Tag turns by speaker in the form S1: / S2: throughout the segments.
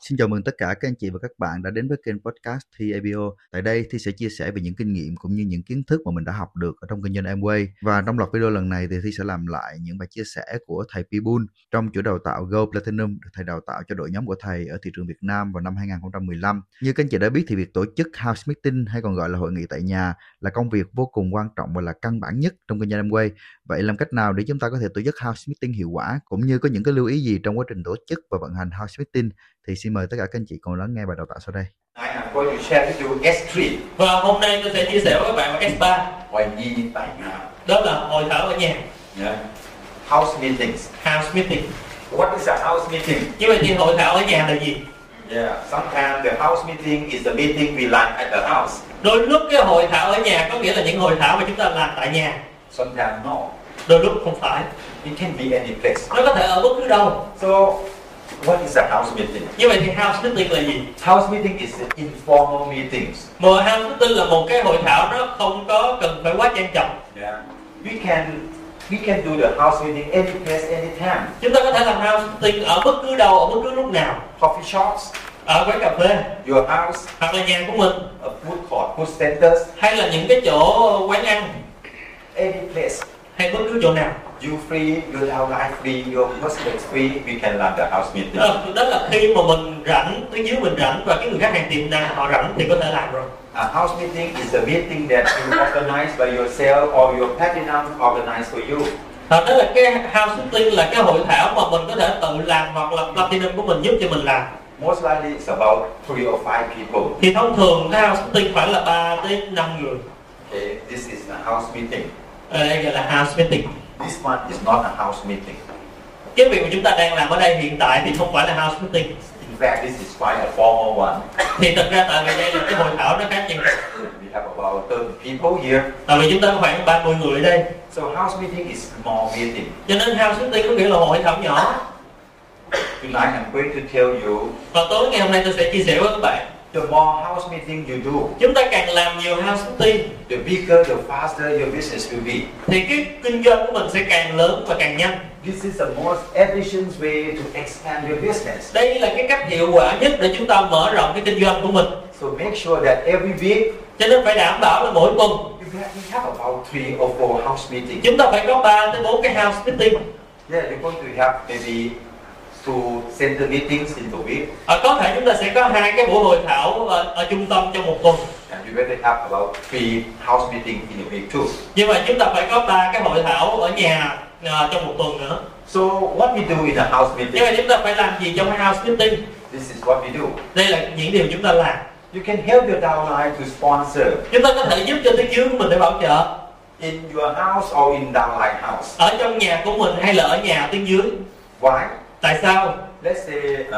S1: Xin chào mừng tất cả các anh chị và các bạn đã đến với kênh podcast Thi ABO. Tại đây Thi sẽ chia sẻ về những kinh nghiệm cũng như những kiến thức mà mình đã học được ở trong kinh doanh Amway. Và trong loạt video lần này thì Thi sẽ làm lại những bài chia sẻ của thầy Pibun trong chuỗi đào tạo Go Platinum được thầy đào tạo cho đội nhóm của thầy ở thị trường Việt Nam vào năm 2015. Như các anh chị đã biết thì việc tổ chức house meeting hay còn gọi là hội nghị tại nhà là công việc vô cùng quan trọng và là căn bản nhất trong kinh doanh Amway. Vậy làm cách nào để chúng ta có thể tổ chức house meeting hiệu quả cũng như có những cái lưu ý gì trong quá trình tổ chức và vận hành house meeting thì xin mời tất cả các anh chị cùng lắng nghe bài đào tạo sau đây.
S2: I am going to share with you S3
S3: Và hôm nay tôi sẽ chia sẻ với các bạn về S3
S2: what Oh, I mean by now.
S3: Đó là hội thảo ở nhà
S2: Yeah. House meetings.
S3: House meeting
S2: What is a house meeting?
S3: Như vậy thì hội thảo ở nhà là gì?
S2: Yeah. Sometimes the house meeting is the meeting we run at the house.
S3: Đôi lúc cái hội thảo ở nhà có nghĩa là những hội thảo mà chúng ta làm tại nhà
S2: Sometimes no.
S3: Đôi lúc không phải
S2: It can be any place.
S3: Nó có thể ở bất cứ đâu
S2: So, what is a house meeting?
S3: Như vậy thì house meeting là gì?
S2: House meeting is the informal meetings.
S3: Một house meeting là một cái hội thảo nó không có cần phải quá trang trọng
S2: Yeah. We can we can do the house meeting any place, any time.
S3: Chúng ta có thể làm house meeting ở bất cứ đâu, ở bất cứ lúc nào
S2: Coffee shops,
S3: Ở quán cà phê
S2: your house,
S3: hoặc là nhà của mình
S2: a food court, food centers,
S3: Hay là những cái chỗ quán ăn
S2: any place.
S3: hay bất cứ chỗ nào
S2: You free, your downline free, your prospect free, we can run the house meeting.
S3: Ờ, đó là khi mà mình rảnh tuyến dưới mình rảnh và cái người khách hàng tiềm năng họ rảnh thì có thể làm rồi
S2: A house meeting is a meeting that you organize by yourself or your platinum organize for you.
S3: Ờ, đó là cái house meeting là cái hội thảo mà mình có thể tự làm hoặc là platinum của mình giúp cho mình làm
S2: Most likely it's about three or five people.
S3: thì thông thường cái house meeting khoảng là 3 tới 5 người
S2: Okay, this is a house meeting.
S3: Ờ, đây gọi là house meeting
S2: This one is not a house meeting.
S3: cái việc mà chúng ta đang làm ở đây hiện tại thì không phải là house meeting
S2: In fact, this is quite a formal one.
S3: thì thật ra tại vì đây là cái hội thảo nó khá nhiều
S2: We have about 30 people here.
S3: tại vì chúng ta có khoảng 30 người ở đây
S2: So house meeting is small meeting.
S3: cho nên house meeting có nghĩa là hội thảo nhỏ
S2: Tonight I'm going to tell you,
S3: và tối ngày hôm nay tôi sẽ chia sẻ với các bạn
S2: the more house meeting you do,
S3: chúng ta càng làm nhiều house meeting
S2: the bigger, the faster your business will be.
S3: thì cái kinh doanh của mình sẽ càng lớn và càng nhanh
S2: This is the most efficient way to expand your business.
S3: đây là cái cách hiệu quả nhất để chúng ta mở rộng cái kinh doanh của mình
S2: So make sure that every week
S3: cho nên phải đảm bảo là mỗi tuần
S2: you have, you have about three or four house meetings.
S3: chúng ta phải có 3 tới 4 cái house meeting
S2: Yeah, you're going to have maybe two center meetings in the week,
S3: Ờ, có thể chúng ta sẽ có hai cái buổi hội thảo ở, ở trung tâm trong một tuần
S2: and you better have about three house meetings in a week too.
S3: nhưng mà chúng ta phải có ba cái hội thảo ở nhà à, trong một tuần nữa
S2: So what we do in a house
S3: nhưng mà
S2: meeting,
S3: chúng ta phải làm gì trong cái house meeting
S2: this is what we do.
S3: đây là những điều chúng ta làm
S2: You can help your downline to sponsor
S3: chúng ta có thể giúp cho tiếng dưới của mình để bảo trợ
S2: in your house or in downline house.
S3: ở trong nhà của mình hay là ở nhà tiếng dưới
S2: Why?
S3: tại sao
S2: Let's say uh,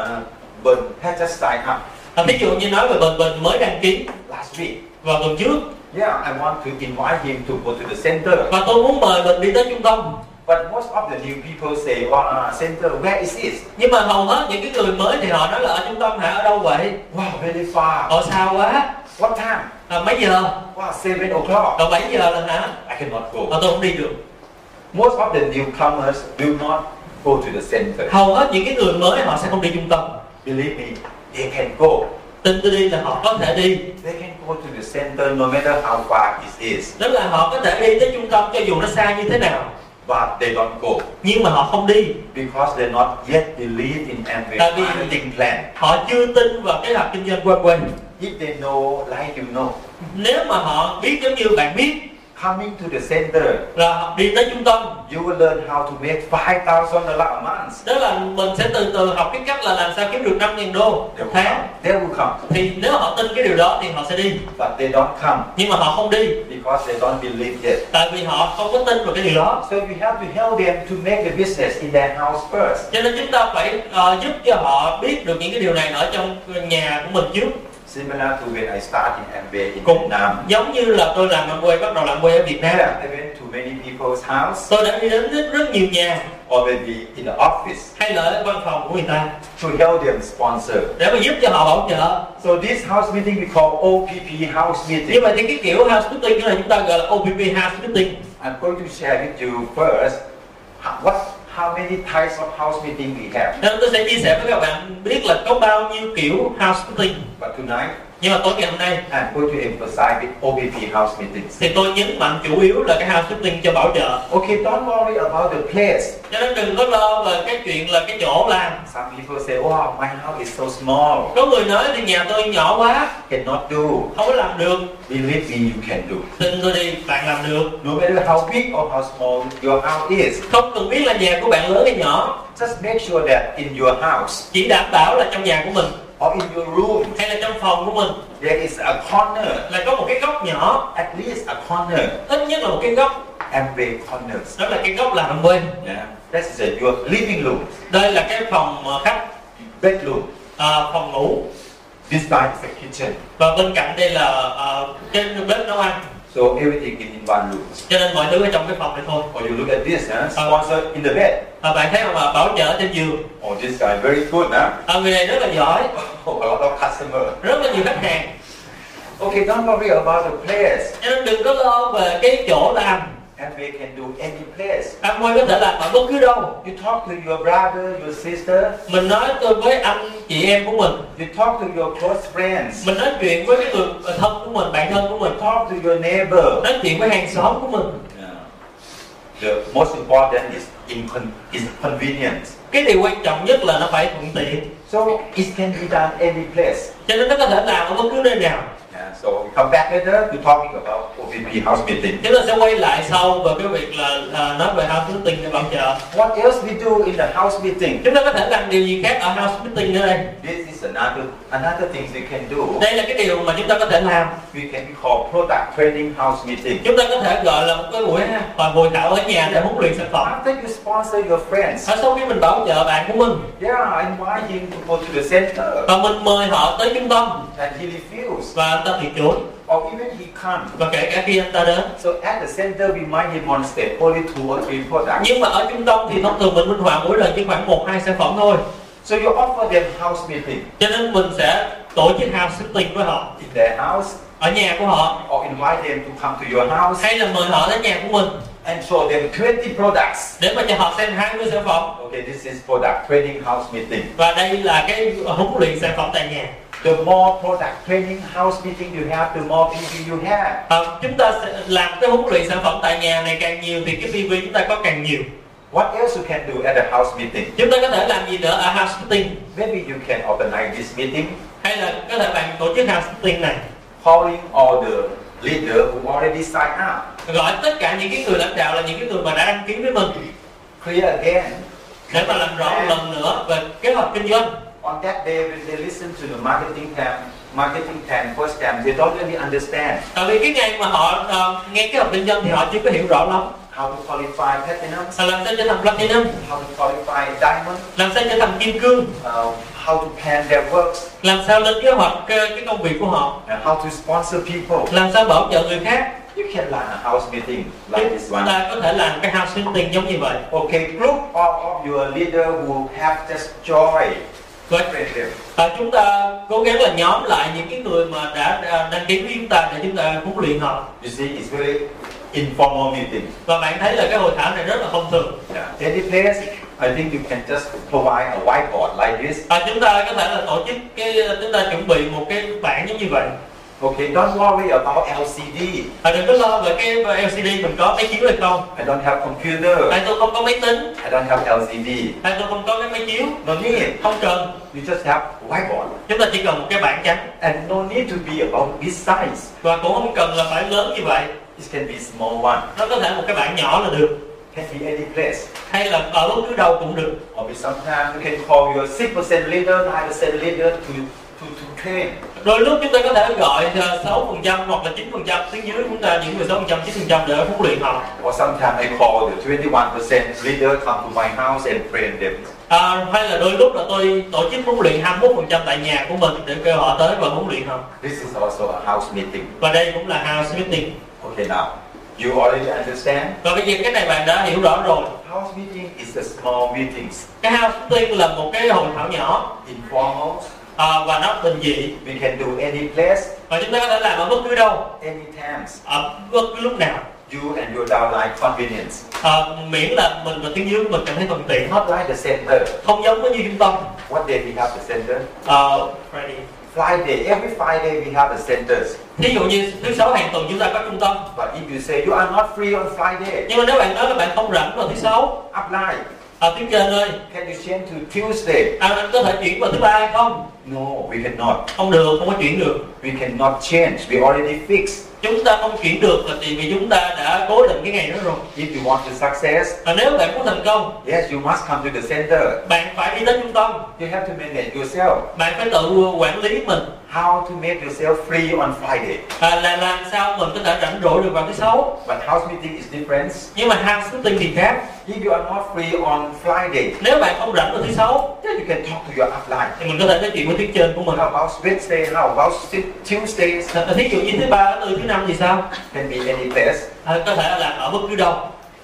S2: Ben had just signed up
S3: À, ví dụ như nói về Bình Bình mới đăng ký
S2: last week.
S3: vào tuần trước
S2: Yeah, I want to invite him to go to the center.
S3: và tôi muốn mời Bình đi tới trung tâm
S2: But most of the new people say, oh, uh, center, where is this?
S3: nhưng mà hầu hết những cái người mới thì họ nói là ở trung tâm hả ở đâu vậy
S2: Wow, very far.
S3: họ xa quá
S2: What time?
S3: à, mấy giờ
S2: Wow, 7 o'clock.
S3: rồi 7 giờ là hả
S2: I cannot go.
S3: mà tôi không đi được
S2: Most of the newcomers will not go to the center.
S3: hầu hết những cái người mới họ sẽ không đi trung tâm
S2: Believe me, they can go.
S3: tin tôi đi là họ có thể đi
S2: They can go to the center no matter how far it is.
S3: tức là họ có thể đi tới trung tâm cho dù nó xa như thế nào
S2: But they don't go
S3: nhưng mà họ không đi
S2: because they not yet believe in every
S3: Tại vì-
S2: marketing plan.
S3: họ chưa tin vào cái lập kinh doanh quanh quanh
S2: If they know, like you know,
S3: nếu mà họ biết giống như bạn biết
S2: coming to the center,
S3: là họ đi tới trung tâm
S2: you will learn how to make $5,000 a month.
S3: đó là mình sẽ từ từ học cái cách là làm sao kiếm được 5.000 đô
S2: They
S3: một
S2: will
S3: tháng
S2: come. They will come.
S3: thì nếu họ tin cái điều đó thì họ sẽ đi
S2: But they don't come
S3: nhưng mà họ không đi
S2: because they don't believe it.
S3: tại vì họ không có tin vào cái điều đó
S2: So you have to help them to make the business in their house first.
S3: cho nên chúng ta phải ờ, giúp cho họ biết được những cái điều này ở trong nhà của mình trước
S2: Similar to when I started in MBA in
S3: Cũng-
S2: Vietnam.
S3: giống như là tôi làm làm quê bắt đầu làm quê ở Việt Nam
S2: Yeah, I went to many people's house
S3: tôi đã đi đến rất, rất nhiều nhà
S2: or maybe in the office
S3: hay là ở văn phòng của người ta
S2: to help them sponsor.
S3: để mà giúp cho họ bảo trợ
S2: So this house meeting we call OPP house
S3: như
S2: meeting.
S3: vậy thì cái kiểu house meeting đó là chúng ta gọi là OPP house meeting
S2: I'm going to share with you first how- what how many types of house meeting we have.
S3: Nên tôi sẽ chia sẻ với các bạn biết là có bao nhiêu kiểu house meeting.
S2: But tonight,
S3: Nhưng mà tối ngày hôm nay
S2: I'm going to emphasize the OBP house meetings.
S3: thì tôi nhấn mạnh chủ yếu là cái house meeting cho bảo trợ.
S2: Okay, don't worry about the place.
S3: Cho nên đừng có lo về cái chuyện là cái chỗ làm.
S2: Some people say, wow, my house is so small.
S3: Có người nói thì nhà tôi nhỏ quá,
S2: Cannot do.
S3: không có làm được.
S2: Believe me, you can do.
S3: Tin tôi đi, bạn làm được.
S2: No matter how big or how small your house is,
S3: Không cần biết là nhà của bạn lớn hay nhỏ,
S2: just make sure that in your house
S3: chỉ đảm bảo là trong nhà của mình
S2: or in your room,
S3: hay là trong phòng của mình
S2: there is a corner,
S3: là có một cái góc nhỏ,
S2: at least a corner,
S3: ít nhất là một cái góc,
S2: Amway corners.
S3: đó là cái góc làm quên.
S2: Yeah. That is uh, your living room,
S3: Đây là cái phòng ờ, khách,
S2: bedroom.
S3: ờ, phòng ngủ
S2: This side is the kitchen.
S3: và bên cạnh đây là ờ, cái bếp nấu ăn.
S2: So everything is in one room.
S3: Cho nên mọi thứ ở trong cái phòng này thôi.
S2: Or you look at this, huh? sponsor in the bed.
S3: Và bạn thấy không ạ, bảo trợ trên giường,
S2: Oh, this guy very good, huh?
S3: Ờ, người này rất là giỏi,
S2: Oh, a lot of customer.
S3: rất là nhiều khách hàng.
S2: Okay, don't worry about the place.
S3: Cho nên đừng có lo về cái chỗ làm.
S2: Amway can do any place.
S3: Anh quay có thể làm ở bất cứ đâu.
S2: You talk to your brother, your sister.
S3: Mình nói tôi với anh chị em của mình
S2: You talk to your close friends.
S3: mình nói chuyện với cái người thân của mình bạn thân của mình
S2: Talk to your neighbor.
S3: nói chuyện với hàng xóm của mình
S2: Yeah. The most important is incon- is convenience.
S3: cái điều quan trọng nhất là nó phải thuận tiện
S2: So it can be done any place.
S3: cho nên nó có thể làm ở bất cứ nơi nào
S2: Yeah, so we come back later to talking about OVP house meeting.
S3: chúng ta sẽ quay lại sau về cái việc là à, nói về house meeting để bảo trợ
S2: What else we do in the house meeting?
S3: chúng ta có thể làm điều gì khác ở house meeting nữa đây
S2: This is another another thing we can do.
S3: đây là cái điều mà chúng ta có thể làm
S2: We can call product training house meeting.
S3: chúng ta có thể gọi là một cái buổi và hội thảo ở nhà để huấn luyện sản phẩm
S2: After you sponsor your friends,
S3: ở sau khi mình bảo trợ bạn của mình
S2: yeah, invite him to go to the center,
S3: và mình mời họ tới trung tâm
S2: and he refuse,
S3: và anh ta từ chối
S2: or even he can't.
S3: và kể cả khi anh ta đến
S2: So at the center, we might demonstrate only two or three products.
S3: nhưng mà ở trung tâm thì thông thường mình minh họa mỗi lần chỉ khoảng một hai sản phẩm thôi
S2: So you offer them house meeting
S3: cho nên mình sẽ tổ chức house sitting với họ
S2: in their house,
S3: ở nhà của họ
S2: or invite them to come to your house
S3: hay là mời họ đến nhà của mình
S2: and show them 20 products.
S3: để mà cho họ xem 20 sản phẩm
S2: Okay, this is product training house meeting.
S3: và đây là cái huấn luyện sản phẩm tại nhà
S2: The more product training house meeting you have, the more people you have.
S3: Ờ, chúng ta sẽ làm cái huấn luyện sản phẩm tại nhà này càng nhiều thì cái PV chúng ta có càng nhiều
S2: What else you can do at a house meeting?
S3: chúng ta có thể làm gì nữa ở house sitting
S2: Maybe you can organize this meeting,
S3: hay là có thể bạn tổ chức house sitting này
S2: calling all the leader who already signed up.
S3: gọi tất cả những cái người lãnh đạo là những cái người mà đã đăng ký với mình
S2: Clear again.
S3: để mà làm rõ một lần nữa về kế hoạch kinh doanh
S2: On that day, when they listen to the marketing plan, marketing plan first time, they don't really understand
S3: Tại vì cái ngày mà họ ờ, nghe cái hợp kinh doanh thì họ chưa có hiểu rõ lắm
S2: how to qualify platinum,
S3: Họ Làm sao trở thành platinum,
S2: how to qualify diamond,
S3: làm sao trở thành kim cương
S2: uh, how to plan their works,
S3: Làm sao lên kế hoạch ờ, cái công việc của họ
S2: and how to sponsor people.
S3: Làm sao bảo trợ người khác
S2: You can run a house meeting like this
S3: Chúng
S2: one.
S3: ta có thể làm cái house meeting giống như vậy
S2: Okay, group all of your leader who have just joy.
S3: Và ờ, chúng ta cố gắng là nhóm lại những cái người mà đã ờ, đăng ký với chúng ta để chúng ta huấn luyện họ
S2: You see, it's very informal meeting.
S3: Và bạn thấy là cái hội thảo này rất là thông thường
S2: Yeah. Any place, I think you can just provide a whiteboard like this.
S3: Ờ, Chúng ta có thể là tổ chức, cái chúng ta chuẩn bị một cái bảng giống như vậy
S2: Okay, don't worry about LCD.
S3: Ờ, Đừng có lo về cái LCD mình có máy chiếu hay không
S2: I don't have computer.
S3: Tại tôi không có máy tính
S2: I don't have LCD.
S3: Hay tôi không có cái máy chiếu
S2: No need.
S3: Không cần
S2: You just have whiteboard.
S3: Chúng ta chỉ cần một cái bảng trắng
S2: And no need to be about this size.
S3: Và cũng không cần là phải lớn như vậy
S2: It can be small one.
S3: Nó có thể một cái bảng nhỏ là được
S2: Can be any place.
S3: Hay là ở bất cứ đâu cũng được
S2: Or be sometimes you can call your 6% leader, 9% leader to, to, to train.
S3: Đôi lúc chúng ta có thể gọi ờ, 6% hoặc là 9% Tiếng dưới chúng ta những người 6% 9% để huấn luyện họ
S2: Or sometimes I call the 21% leader come to my house and train them.
S3: à, Hay là đôi lúc là tôi tổ chức huấn luyện 21% tại nhà của mình Để kêu họ tới và huấn luyện họ
S2: This is also a house meeting.
S3: Và đây cũng là house meeting
S2: Okay, now you already understand.
S3: Và bây giờ cái này bạn đã hiểu rõ rồi
S2: House meeting is a small meetings.
S3: Cái house meeting là một cái hội thảo nhỏ
S2: Informal.
S3: à, Và nó bình dị
S2: We can do any place,
S3: Và chúng ta có thể làm ở bất cứ đâu
S2: any times.
S3: ở bất cứ lúc nào
S2: you and your downline convenience.
S3: Ờ, miễn là mình và tiếng dưới mình cảm thấy thuận tiện hết
S2: Not like the center.
S3: không giống với như trung tâm
S2: What day we have the center?
S3: Ờ, Friday.
S2: Friday. Every Friday we have the centers.
S3: thí dụ như thứ sáu hàng tuần chúng ta có trung tâm
S2: But if you say you are not free on Friday,
S3: nhưng mà nếu bạn nói là bạn không rảnh vào thứ sáu
S2: apply.
S3: à, tiếng trên ơi
S2: Can you change to Tuesday?
S3: à, anh có thể chuyển vào thứ ba hay không
S2: No, we cannot.
S3: không được không có chuyển được
S2: We cannot change. We already fixed.
S3: chúng ta không chuyển được là vì vì chúng ta đã cố định cái ngày đó rồi
S2: If you want to success,
S3: và nếu bạn muốn thành công
S2: yes, you must come to the center.
S3: bạn phải đi đến trung tâm
S2: You have to manage yourself.
S3: bạn phải tự quản lý mình
S2: How to make yourself free on Friday.
S3: à, là làm sao mình có thể rảnh rỗi được vào thứ sáu
S2: But house meeting is different.
S3: nhưng mà ham sức tinh thì khác
S2: If you are not free on Friday,
S3: nếu bạn không rảnh vào thứ sáu
S2: then you can talk to your upline.
S3: thì mình có thể nói chuyện với tiếng trên của mình
S2: How about Wednesday? How about Tu- Tuesdays?
S3: Thật- thí dụ như thứ ba thứ tư thứ năm thì sao
S2: Can be any test.
S3: à, có thể làm ở bất cứ đâu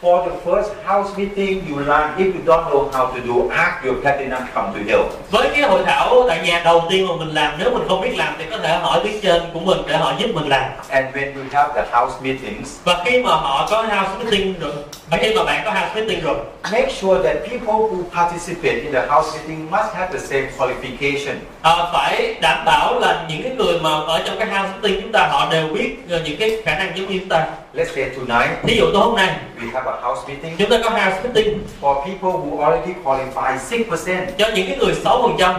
S2: For the first house meeting, you learn if you don't know how to do, ask your platinum come to help.
S3: với cái hội thảo tại nhà đầu tiên mà mình làm nếu mình không biết làm thì có thể hỏi tiếng trên của mình để họ giúp mình làm
S2: And when you have the house meetings,
S3: và khi mà họ có house meeting rồi và khi mà bạn có house meeting rồi
S2: make sure that people who participate in the house meeting must have the same qualification.
S3: À, phải đảm bảo là những cái người mà ở trong cái house meeting chúng ta họ đều biết ờ, những cái khả năng giống như chúng ta
S2: Let's say tonight
S3: thí dụ tối hôm nay
S2: we have a house meeting
S3: chúng ta có house meeting
S2: for people who already qualify 6%.
S3: cho những cái người 6 phần trăm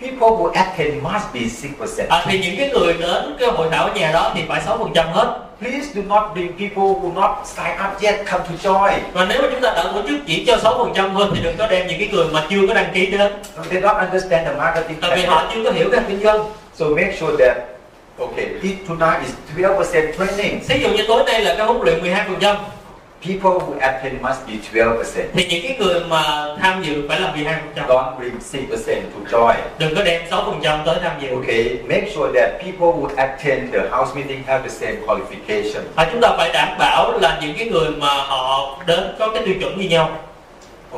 S2: People who attend must be 6%.
S3: à, thì những cái người đến cái hội thảo ở nhà đó thì phải 6 phần trăm hết
S2: Please do not bring people who not sign up yet come to join.
S3: và nếu mà chúng ta đã tổ chức chỉ cho 6 phần trăm thôi thì đừng có đem những cái người mà chưa có đăng ký đến
S2: They don't understand the marketing.
S3: tại vì
S2: tactic.
S3: họ chưa có hiểu cái kinh doanh
S2: So make sure that okay, if tonight is 12% training,
S3: thí dụ như tối nay là cái huấn luyện 12 phần trăm
S2: people who attend must be 12%.
S3: thì những cái người mà tham dự phải là 12 phần trăm
S2: Don't bring 6% to join.
S3: đừng có đem 6 phần trăm tới tham dự
S2: Okay, make sure that people who attend the house meeting have the same qualification.
S3: Và chúng ta phải đảm bảo là những cái người mà họ đến có cái tiêu chuẩn như nhau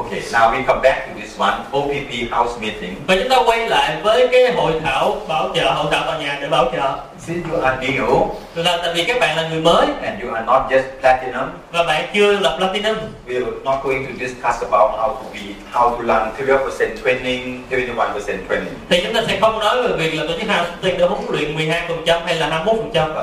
S2: Okay, now we come back to this one OPP house meeting.
S3: Và chúng ta quay lại với cái hội thảo bảo trợ, hội thảo tòa nhà để bảo trợ
S2: Since you are new
S3: Là tại vì các bạn là người mới
S2: and you are not just platinum,
S3: và bạn chưa lập Platinum
S2: we are not going to discuss about how to be, how to learn 12% training, 21% training.
S3: Thì chúng ta sẽ không nói về việc là tổ chức housekeeping để huấn luyện 12% hay là 21%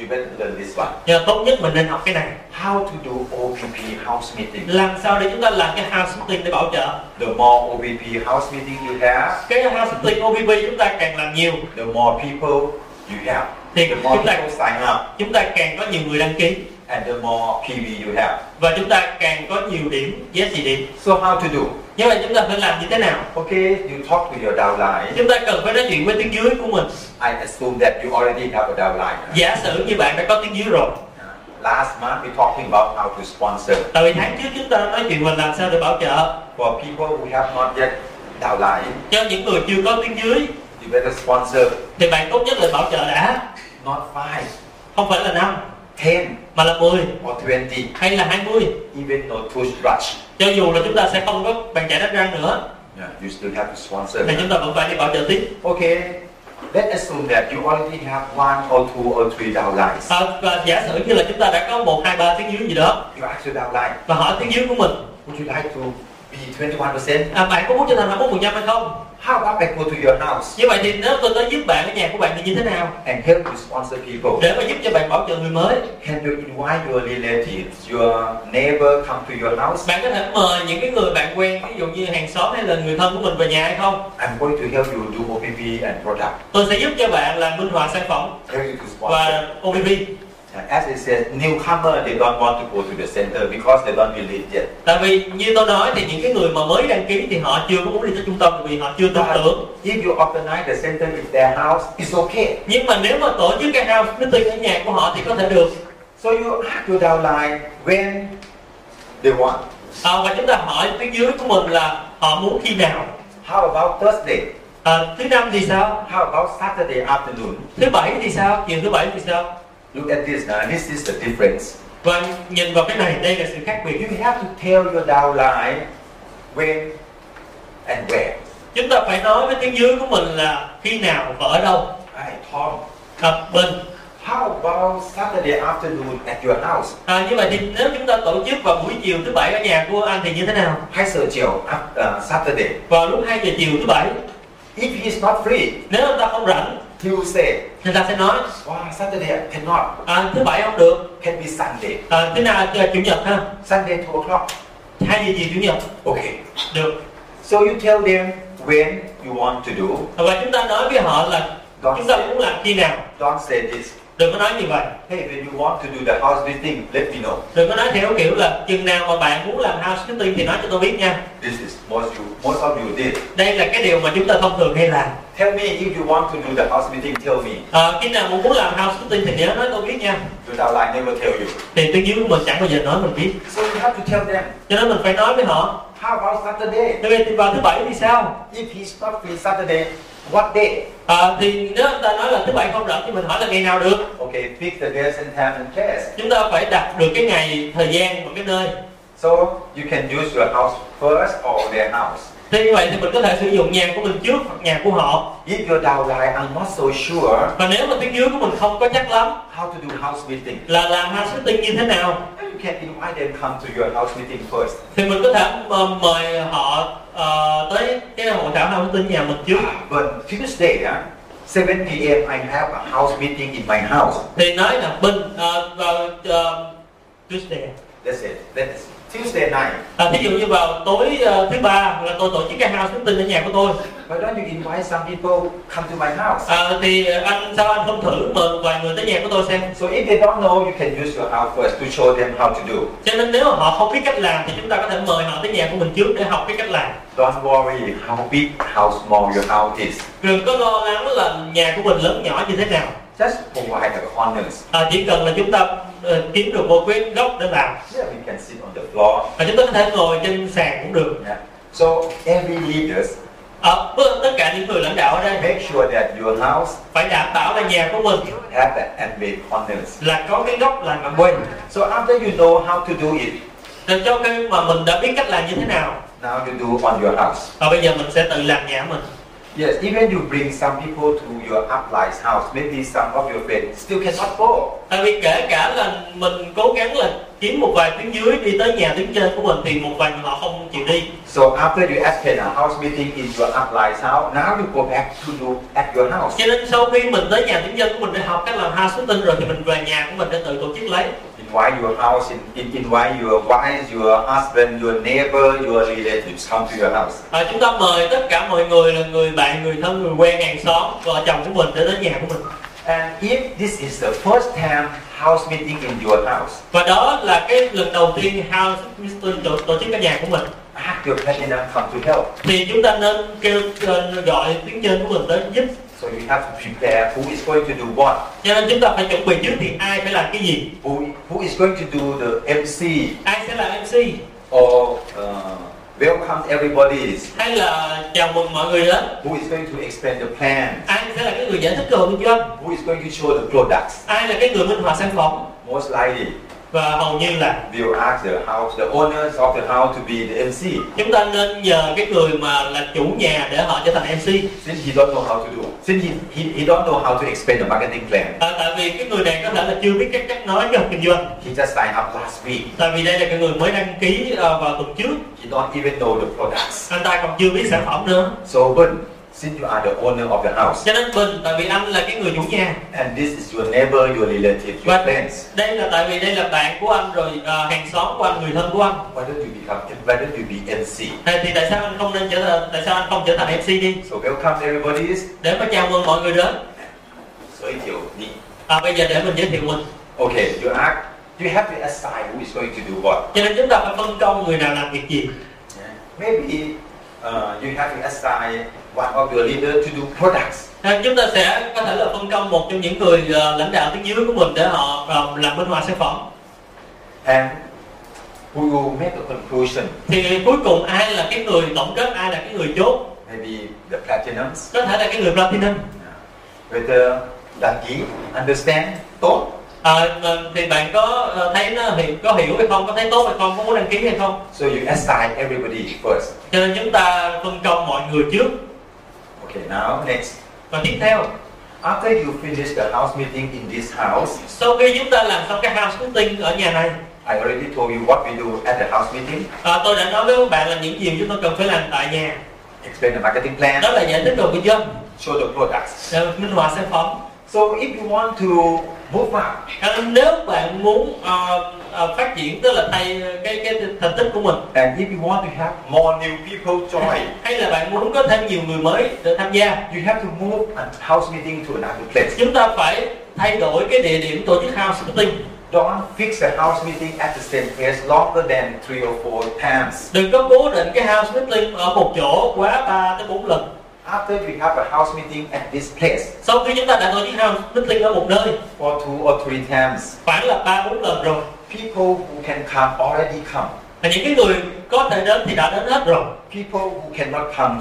S2: But you better learn this one.
S3: Nhưng mà tốt nhất mình nên học cái này
S2: How to do OPP house meeting.
S3: Làm sao để chúng ta làm cái housekeeping để bảo trợ
S2: The more OPP house meeting you have,
S3: Cái housekeeping OBB chúng ta càng làm nhiều
S2: the more people you have.
S3: Thì
S2: The more
S3: chúng ta,
S2: people sign up
S3: chúng ta càng có nhiều người đăng ký
S2: and the more PV you have.
S3: Và chúng ta càng có nhiều điểm, giá trị điểm
S2: So how to do?
S3: Như vậy chúng ta phải làm như thế nào
S2: Okay, you talk to your downline.
S3: chúng ta cần phải nói chuyện với tiếng dưới của mình
S2: I assume that you already have a downline.
S3: giả sử như bạn đã có tiếng dưới rồi
S2: Last month we talking about how to sponsor.
S3: tại vì tháng trước chúng ta nói chuyện về làm sao để bảo trợ
S2: For people who have not yet downline,
S3: cho những người chưa có tiếng dưới
S2: you better sponsor
S3: thì bạn tốt nhất là bảo trợ đã
S2: not five,
S3: không phải là năm
S2: ten,
S3: mà là 10
S2: or 20,
S3: hay là 20
S2: even no push rush.
S3: cho dù là chúng ta sẽ không có bàn chạy đất răng nữa
S2: Yeah, you still have to sponsor.
S3: thì chúng ta vẫn phải đi bảo trợ tiếp
S2: Okay, let's assume that you already have one or two or three downlines.
S3: à, và giả sử như là chúng ta đã có một hai ba tiếng dưới gì đó
S2: You ask your downline,
S3: và hỏi tiếng dưới của mình
S2: would you like to be 21%?
S3: à, bạn có muốn trở thành 21 phần trăm hay không
S2: How about I go to your house
S3: như vậy thì nếu tôi tới giúp bạn ở nhà của bạn thì như thế nào
S2: and help you sponsor people?
S3: để mà giúp cho bạn bảo trợ người mới
S2: Can you invite your relatives, your neighbor come to your house?
S3: bạn có thể mời những cái người bạn quen ví dụ như hàng xóm hay là người thân của mình về nhà hay không
S2: I'm going to help you do OPP and product.
S3: tôi sẽ giúp cho bạn làm minh họa sản phẩm
S2: Help you to sponsor.
S3: và OBB
S2: And As I said, newcomer, they don't want to go to the center because they don't believe yet.
S3: tại vì như tôi nói thì những cái người mà mới đăng ký thì họ chưa có muốn đi tới trung tâm tại vì họ chưa tin tưởng
S2: If you organize the center in their house, it's okay.
S3: nhưng mà nếu mà tổ chức cái house meeting ở nhà của họ thì có thể được
S2: So you ask your downline when they want.
S3: à, và chúng ta hỏi phía dưới của mình là họ muốn khi nào
S2: How about Thursday?
S3: à, thứ năm thì sao
S2: How about Saturday afternoon?
S3: thứ bảy thì sao chiều thứ bảy thì sao
S2: Look at this now. This is the difference.
S3: và nhìn vào cái này đây là sự khác biệt
S2: You have to tell your downline when and where.
S3: chúng ta phải nói với tiếng dưới của mình là khi nào và ở đâu À,
S2: Hi, Tom.
S3: Cặp Bình
S2: How about Saturday afternoon at your house?
S3: À, như vậy thì nếu chúng ta tổ chức vào buổi chiều thứ bảy ở nhà của anh thì như thế nào?
S2: 2 giờ chiều af- uh, Saturday.
S3: Vào lúc 2 giờ chiều thứ bảy,
S2: If he is not free,
S3: nếu anh ta không rảnh
S2: he will say,
S3: thì ta sẽ nói
S2: "Wow, Saturday I cannot.
S3: à, thứ bảy không được,
S2: Can be Sunday.
S3: à, thế nào cho chủ nhật ha?
S2: Sunday two o'clock.
S3: 2 giờ chiều chủ nhật
S2: Okay.
S3: được.
S2: So you tell them when you want to do.
S3: Và chúng ta nói với họ là
S2: Don't
S3: chúng ta
S2: say,
S3: muốn làm khi nào,
S2: don't say this.
S3: đừng có nói như vậy.
S2: Hey, when you want to do the house meeting, let me know.
S3: Đừng có nói theo kiểu là chừng nào mà bạn muốn làm house sitting thì nói cho tôi biết nha.
S2: This is most you most of you did.
S3: Đây là cái điều mà chúng ta thông thường hay làm.
S2: Tell me if you want to do the house meeting. Tell me.
S3: À, khi nào mà muốn làm house sitting thì nhớ nói tôi biết nha.
S2: Without I never tell you.
S3: Thì tiếng dưới của mình chẳng bao giờ nói mình biết.
S2: So you have to tell them.
S3: Cho nên mình phải nói với họ.
S2: How about Saturday?
S3: Thế vậy thì vào thứ bảy thì sao?
S2: If he's not free Saturday, what day?
S3: À, thì nếu anh ta nói là thứ bảy không rảnh thì mình hỏi là ngày nào được.
S2: Okay, pick the days and time and place.
S3: Chúng ta phải đặt được cái ngày, thời gian và cái nơi.
S2: So you can use your house first or their house.
S3: Thế như vậy thì mình có thể sử dụng nhà của mình trước hoặc nhà của họ.
S2: If your downline are not so sure
S3: Và nếu mà tiếng dưới của mình không có chắc lắm
S2: how to do house meeting,
S3: là làm house sitting như thế nào
S2: then you can invite them come to your house meeting first.
S3: thì mình có thể ờ, mời họ ờ, tới cái hội thảo house sitting nhà mình trước
S2: But Tuesday, huh? 7 p.m. I have a house meeting in my house.
S3: thì nói là bình ờ, vào ờ, Tuesday
S2: That's it. That's Tuesday night.
S3: à, thí dụ như vào tối ờ, thứ ba là tôi tổ chức cái house sitting ở nhà của tôi
S2: Why don't you invite some people come to my house?
S3: Ờ, thì anh sao anh không thử mời vài người tới nhà của tôi xem
S2: So if they don't know, you can use your house first to show them how to do.
S3: cho nên nếu mà họ không biết cách làm thì chúng ta có thể mời họ tới nhà của mình trước để học cái cách làm
S2: Don't worry how big, how small your house is.
S3: đừng có lo lắng là nhà của mình lớn nhỏ như thế nào
S2: Just provide the corners.
S3: Ờ, chỉ cần là chúng ta ờ, kiếm được một cái góc để làm
S2: Yeah, we can sit on the floor.
S3: và chúng ta có thể ngồi trên sàn cũng được
S2: Yeah. So every leaders
S3: ở tất cả những người lãnh đạo ở đây
S2: make sure that your house
S3: phải đảm bảo là nhà của mình
S2: have the handmade corners.
S3: là có cái góc làm bằng
S2: When
S3: quen
S2: so after you know how to do it,
S3: để cho cái mà mình đã biết cách làm như thế nào
S2: now you do on your house.
S3: và bây giờ mình sẽ tự làm nhà mình
S2: Yes, even you bring some people to your upline's house, maybe some of your friends still cannot go.
S3: tại vì kể cả là mình cố gắng là kiếm một vài tiếng dưới đi tới nhà tiếng trên của mình thì một vài người họ không chịu đi
S2: So after you attend a house meeting in your upline's house, now you go back to do at your house.
S3: cho nên sau khi mình tới nhà tiếng dân của mình để học cách làm house sitting rồi thì mình về nhà của mình để tự tổ chức lấy
S2: Invite your house, in, in, invite your wife, your husband, your neighbor, your relatives come to your house.
S3: à, chúng ta mời tất cả mọi người là người bạn người thân người quen hàng xóm vợ chồng của mình để đến nhà của mình
S2: And if this is the first time house meeting in your house,
S3: và đó là cái lần đầu tiên house Mr. tổ, tổ chức cái nhà của mình
S2: ask your platinum come to help.
S3: thì chúng ta nên kêu ờ, gọi tiếng trên của mình tới giúp
S2: So you have to prepare who is going to do what,
S3: cho nên chúng ta phải chuẩn bị trước thì ai phải làm cái gì
S2: who, who is going to do the MC,
S3: ai sẽ là mc
S2: or uh, welcome everybody is
S3: hay là chào mừng mọi người đến
S2: who is going to explain the plan
S3: ai sẽ là cái người giải thích cơ hội kinh doanh
S2: who is going to show the products
S3: ai là cái người minh họa sản phẩm
S2: most likely
S3: và hầu như là
S2: we will ask the house the owners of the house to be the mc
S3: chúng ta nên nhờ cái người mà là chủ nhà để họ trở thành mc
S2: since he don't know how to do since he, he, he don't know how to explain the marketing plan
S3: à, tại vì cái người này có thể là chưa biết cái cách nói cho kinh doanh
S2: he just signed up last week
S3: tại vì đây là cái người mới đăng ký ờ, vào tuần trước
S2: he don't even know the products
S3: anh ta còn chưa biết sản phẩm nữa
S2: so but since you are the owner of the house
S3: cho nên bình tại vì anh là cái người chủ nhà
S2: and this is your neighbor your relative your
S3: But-
S2: friends
S3: đây là tại vì đây là bạn của anh rồi ờ, hàng xóm của anh người thân của anh
S2: why don't you become why don't you be mc
S3: Thế thì tại sao anh không nên trở thành tại sao anh không trở thành mc đi
S2: so welcome everybody is
S3: để mà chào mừng mọi người đến
S2: so it's your need.
S3: à, bây giờ để mình giới thiệu mình
S2: okay you ask you have to assign who is going to do what
S3: cho nên chúng ta phải phân công người nào làm việc gì
S2: Maybe uh, you have to assign one of your leader to do products.
S3: Thế À, chúng ta sẽ có thể là phân công một trong những người ờ, lãnh đạo tiếng dưới của mình để họ ờ, làm minh họa sản phẩm
S2: And we will make a conclusion.
S3: thì cuối cùng ai là cái người tổng kết ai là cái người chốt
S2: Maybe the platinums,
S3: có thể là cái người platinum
S2: whether Dangi understand tốt.
S3: Ờ, ờ, thì bạn có ờ, thấy nó hiểu có hiểu hay không có thấy tốt hay không có muốn đăng ký hay không
S2: So you assign everybody first.
S3: cho nên chúng ta phân công mọi người trước
S2: Okay, now next.
S3: và tiếp theo
S2: After you finish the house meeting in this house,
S3: sau khi chúng ta làm xong cái house meeting ở nhà này
S2: I already told you what we do at the house meeting,
S3: à, tôi đã nói với các bạn là những gì chúng ta cần phải làm tại nhà
S2: explain the marketing plan,
S3: đó là giải thích đồ kinh doanh
S2: show the products.
S3: à, minh họa sản phẩm
S2: So if you want to move up
S3: à, nếu bạn muốn ờ, ờ, phát triển tức là thay cái cái thành tích của mình
S2: and if you want to have more new people join,
S3: hay là bạn muốn có thêm nhiều người mới để tham gia
S2: you have to move a house meeting to another place.
S3: chúng ta phải thay đổi cái địa điểm tổ chức house meeting
S2: Don't fix the house meeting at the same place longer than three or four times.
S3: đừng có cố định cái house meeting ở một chỗ quá 3 tới 4 lần
S2: After you have a house meeting at this place
S3: sau khi chúng ta đã tổ chức house meeting ở một nơi
S2: for two or three times,
S3: khoảng là ba bốn lần rồi
S2: people who can come already come.
S3: và những cái người có thể đến thì đã đến hết rồi
S2: People who cannot come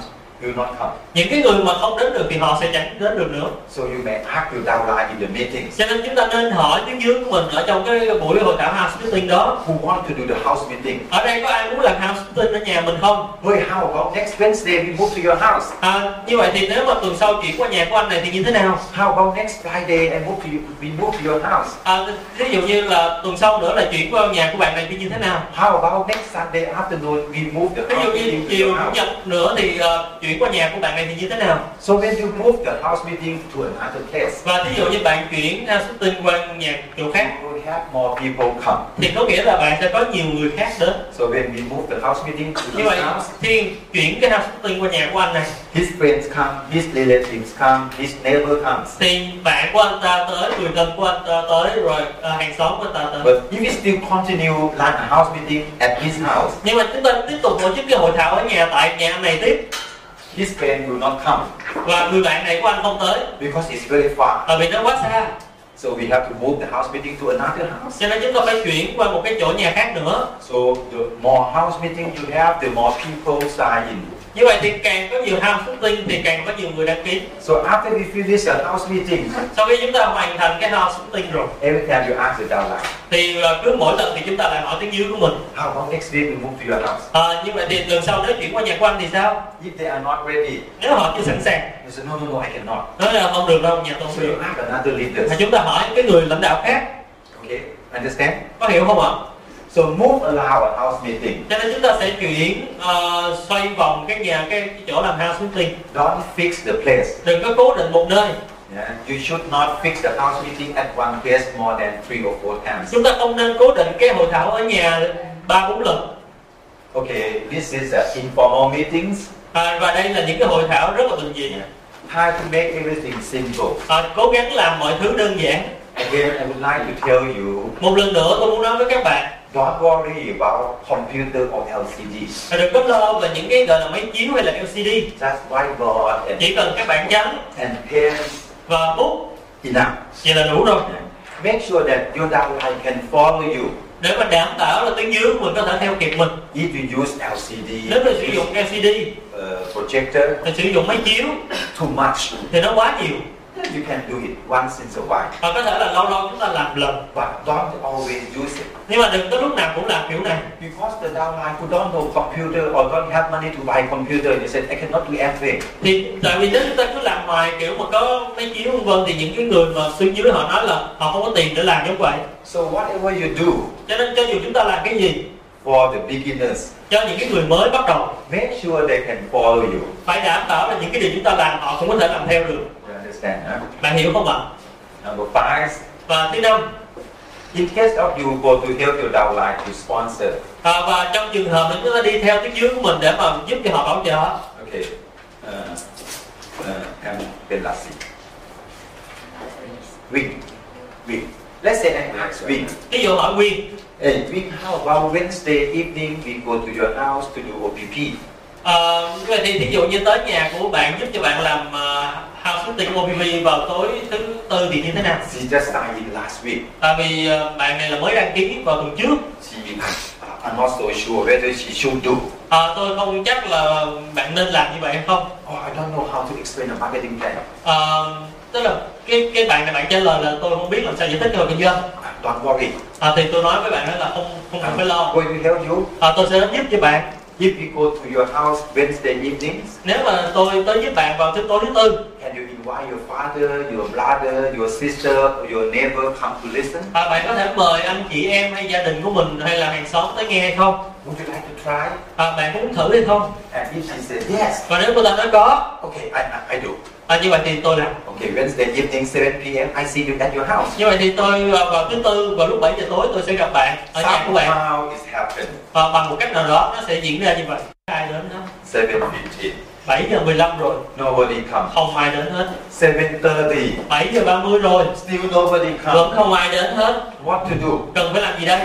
S2: will not come.
S3: những cái người mà không đến được thì họ sẽ chẳng đến được nữa
S2: So you may ask your downline in the meetings
S3: cho nên chúng ta nên hỏi tiếng dưới của mình ở trong cái buổi hội thảo house meeting đó
S2: who want to do the house meeting.
S3: ở đây có ai muốn làm house meeting ở nhà mình không
S2: Well, how about next Wednesday we move to your house?
S3: à, như vậy thì nếu mà tuần sau chuyển qua nhà của anh này thì như thế nào
S2: How about next Friday and move to you, we move to your house?
S3: à, ví dụ như là tuần sau nữa là chuyển qua nhà của bạn này thì như thế nào
S2: How about next Sunday afternoon we move the
S3: ví
S2: house
S3: dụ như
S2: meeting to
S3: chiều
S2: your
S3: chủ
S2: house?
S3: nhật nữa thì ờ, chuyển qua nhà của bạn này thì như thế nào
S2: So when you move the house meeting to another place,
S3: và thí dụ như bạn chuyển house meeting qua nhà chỗ khác
S2: you will have more people come.
S3: thì có nghĩa là bạn sẽ có nhiều người khác đến
S2: So when we move the house meeting to
S3: như
S2: his
S3: vậy
S2: house,
S3: thiên chuyển cái house meeting qua nhà của anh này
S2: his friends come, his relatives come, his neighbor comes.
S3: thì bạn của anh ta tới người thân của anh ta tới rồi ờ, hàng xóm của anh ta tới
S2: But if we still continue like a house meeting at his house,
S3: nhưng mà chúng ta tiếp tục tổ chức cái hội thảo ở nhà tại nhà anh này tiếp
S2: his friend will not come
S3: và người bạn này của anh không tới
S2: because it's very far.
S3: tại vì nó quá xa
S2: So we have to move the house meeting to another house.
S3: cho nên chúng ta phải chuyển qua một cái chỗ nhà khác nữa
S2: So the more house meeting you have, the more people sign in.
S3: như vậy thì càng có nhiều house meeting thì càng có nhiều người đăng ký
S2: So after we finish the house meeting,
S3: sau khi chúng ta hoàn thành cái house meeting rồi
S2: every time you ask the downline,
S3: thì ờ, cứ mỗi lần thì chúng ta lại hỏi tiếng dưới của mình
S2: how about next week we move to your house?
S3: Ờ, như vậy thì lần sau nếu chuyển qua nhà của anh thì sao
S2: If they are not ready,
S3: nếu họ chưa sẵn sàng
S2: you say, no, no, no, I cannot.
S3: nói là không được đâu nhà tôi không
S2: So you
S3: được
S2: ask another
S3: mà
S2: leader.
S3: chúng ta hỏi cái người lãnh đạo khác
S2: Okay, understand?
S3: có hiểu không ạ
S2: So move allow a house meeting.
S3: cho nên chúng ta sẽ chuyển ờ, xoay vòng cái nhà cái, cái chỗ làm house meeting
S2: Don't fix the place.
S3: đừng có cố định một nơi
S2: Yeah? You should not fix the house meeting at one place more than three or four times.
S3: chúng ta không nên cố định cái hội thảo ở nhà ba bốn lần
S2: Okay, this is uh, informal meetings.
S3: à, và đây là những cái hội thảo rất là bình dị
S2: Try to make everything simple.
S3: à, cố gắng làm mọi thứ đơn giản
S2: Again, I would like to tell you,
S3: một lần nữa tôi muốn nói với các bạn
S2: don't worry about computer or LCD.
S3: là đừng có lo về những cái gọi là máy chiếu hay là LCD
S2: Just whiteboard and,
S3: chỉ cần các bạn trắng
S2: and pens
S3: và bút
S2: enough.
S3: vậy là đủ rồi
S2: Make sure that your downline can follow you.
S3: để mà đảm bảo là tiếng dưới của mình có thể theo kịp mình
S2: If you use LCD
S3: nếu mà sử dụng LCD
S2: uh, projector
S3: mà sử dụng máy chiếu
S2: too much,
S3: thì nó quá nhiều
S2: you can do it once in a while.
S3: và có thể là lâu lâu chúng ta làm lần
S2: But don't always use it.
S3: nhưng mà đừng có lúc nào cũng làm kiểu này
S2: Because the downline who don't know computer or don't have money to buy computer, they said, I cannot do everything.
S3: thì tại vì nếu chúng ta cứ làm hoài kiểu mà có máy chiếu vân vân thì những cái người mà xuyên dưới họ nói là họ không có tiền để làm giống vậy
S2: So whatever you do
S3: cho nên cho dù chúng ta làm cái gì
S2: for the beginners,
S3: cho những cái người mới bắt đầu
S2: make sure they can follow you.
S3: phải đảm bảo là những cái điều chúng ta làm họ cũng có thể làm theo được
S2: You understand? Huh?
S3: bạn hiểu không ạ
S2: Number five,
S3: và thứ năm
S2: in case of you go to help your downline to sponsor,
S3: à, và trong trường hợp mà chúng ta đi theo tiếng dưới của mình để mà giúp cho họ bảo trợ
S2: okay, uh, uh, em tên là gì? Wing, Wing. Let's say I ask Wing,
S3: ví dụ hỏi nguyên
S2: hey Wing, how about Wednesday evening we go to your house to do OPP?
S3: à, như vậy thì thí dụ như tới nhà của bạn giúp cho bạn làm uh, house meeting OPV vào tối thứ tư thì như thế nào
S2: She just signed in last week.
S3: tại vì ờ, bạn này là mới đăng ký vào tuần trước
S2: She, uh, I'm not so sure whether she should do.
S3: Ờ, tôi không chắc là bạn nên làm như vậy hay không
S2: Oh, I don't know how to explain the marketing plan.
S3: Ờ, tức là cái cái bạn này bạn trả lời là tôi không biết làm sao giải thích cho kinh doanh
S2: Uh, Don't worry.
S3: Ờ, thì tôi nói với bạn đó là không không cần phải
S2: I'm
S3: lo
S2: going to help you.
S3: Ờ, tôi sẽ giúp cho bạn
S2: If we go to your house Wednesday evenings,
S3: nếu mà tôi tới giúp bạn vào thứ tối thứ tư
S2: can you invite invite your father, your brother, your sister, your neighbor come to listen?
S3: à, bạn có thể mời anh chị em hay gia đình của mình hay là hàng xóm tới nghe hay không
S2: Would you like to try?
S3: à, bạn có muốn thử hay không
S2: And if she says yes,
S3: và nếu cô ta nói có
S2: okay, I, I, I do.
S3: à, như vậy thì tôi làm
S2: Okay, Wednesday evening, 7 p.m., I see you at your house.
S3: như vậy thì tôi à, vào thứ tư vào lúc 7 giờ tối tôi sẽ gặp bạn ở nhà của bạn
S2: Somehow it's happened.
S3: và bằng một cách nào đó nó sẽ diễn ra như vậy ai đến đó
S2: 7.15.
S3: 7 giờ 15 rồi
S2: Nobody comes.
S3: không ai đến hết
S2: 7.30.
S3: 7 giờ 30 rồi
S2: Still nobody
S3: vẫn
S2: comes.
S3: không ai đến hết
S2: What to do?
S3: cần phải làm gì đây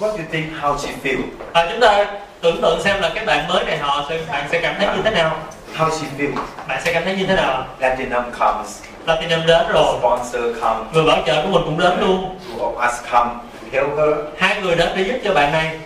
S2: What do you think how she feel?
S3: à, chúng ta tưởng tượng xem là các bạn mới này họ sẽ bạn sẽ cảm thấy như thế nào
S2: How she feel?
S3: bạn sẽ cảm thấy như thế nào
S2: Platinum comes.
S3: platinum đến rồi
S2: Sponsor comes.
S3: người bảo trợ của mình cũng đến luôn
S2: Two of us come to help her.
S3: hai người đến để giúp cho bạn này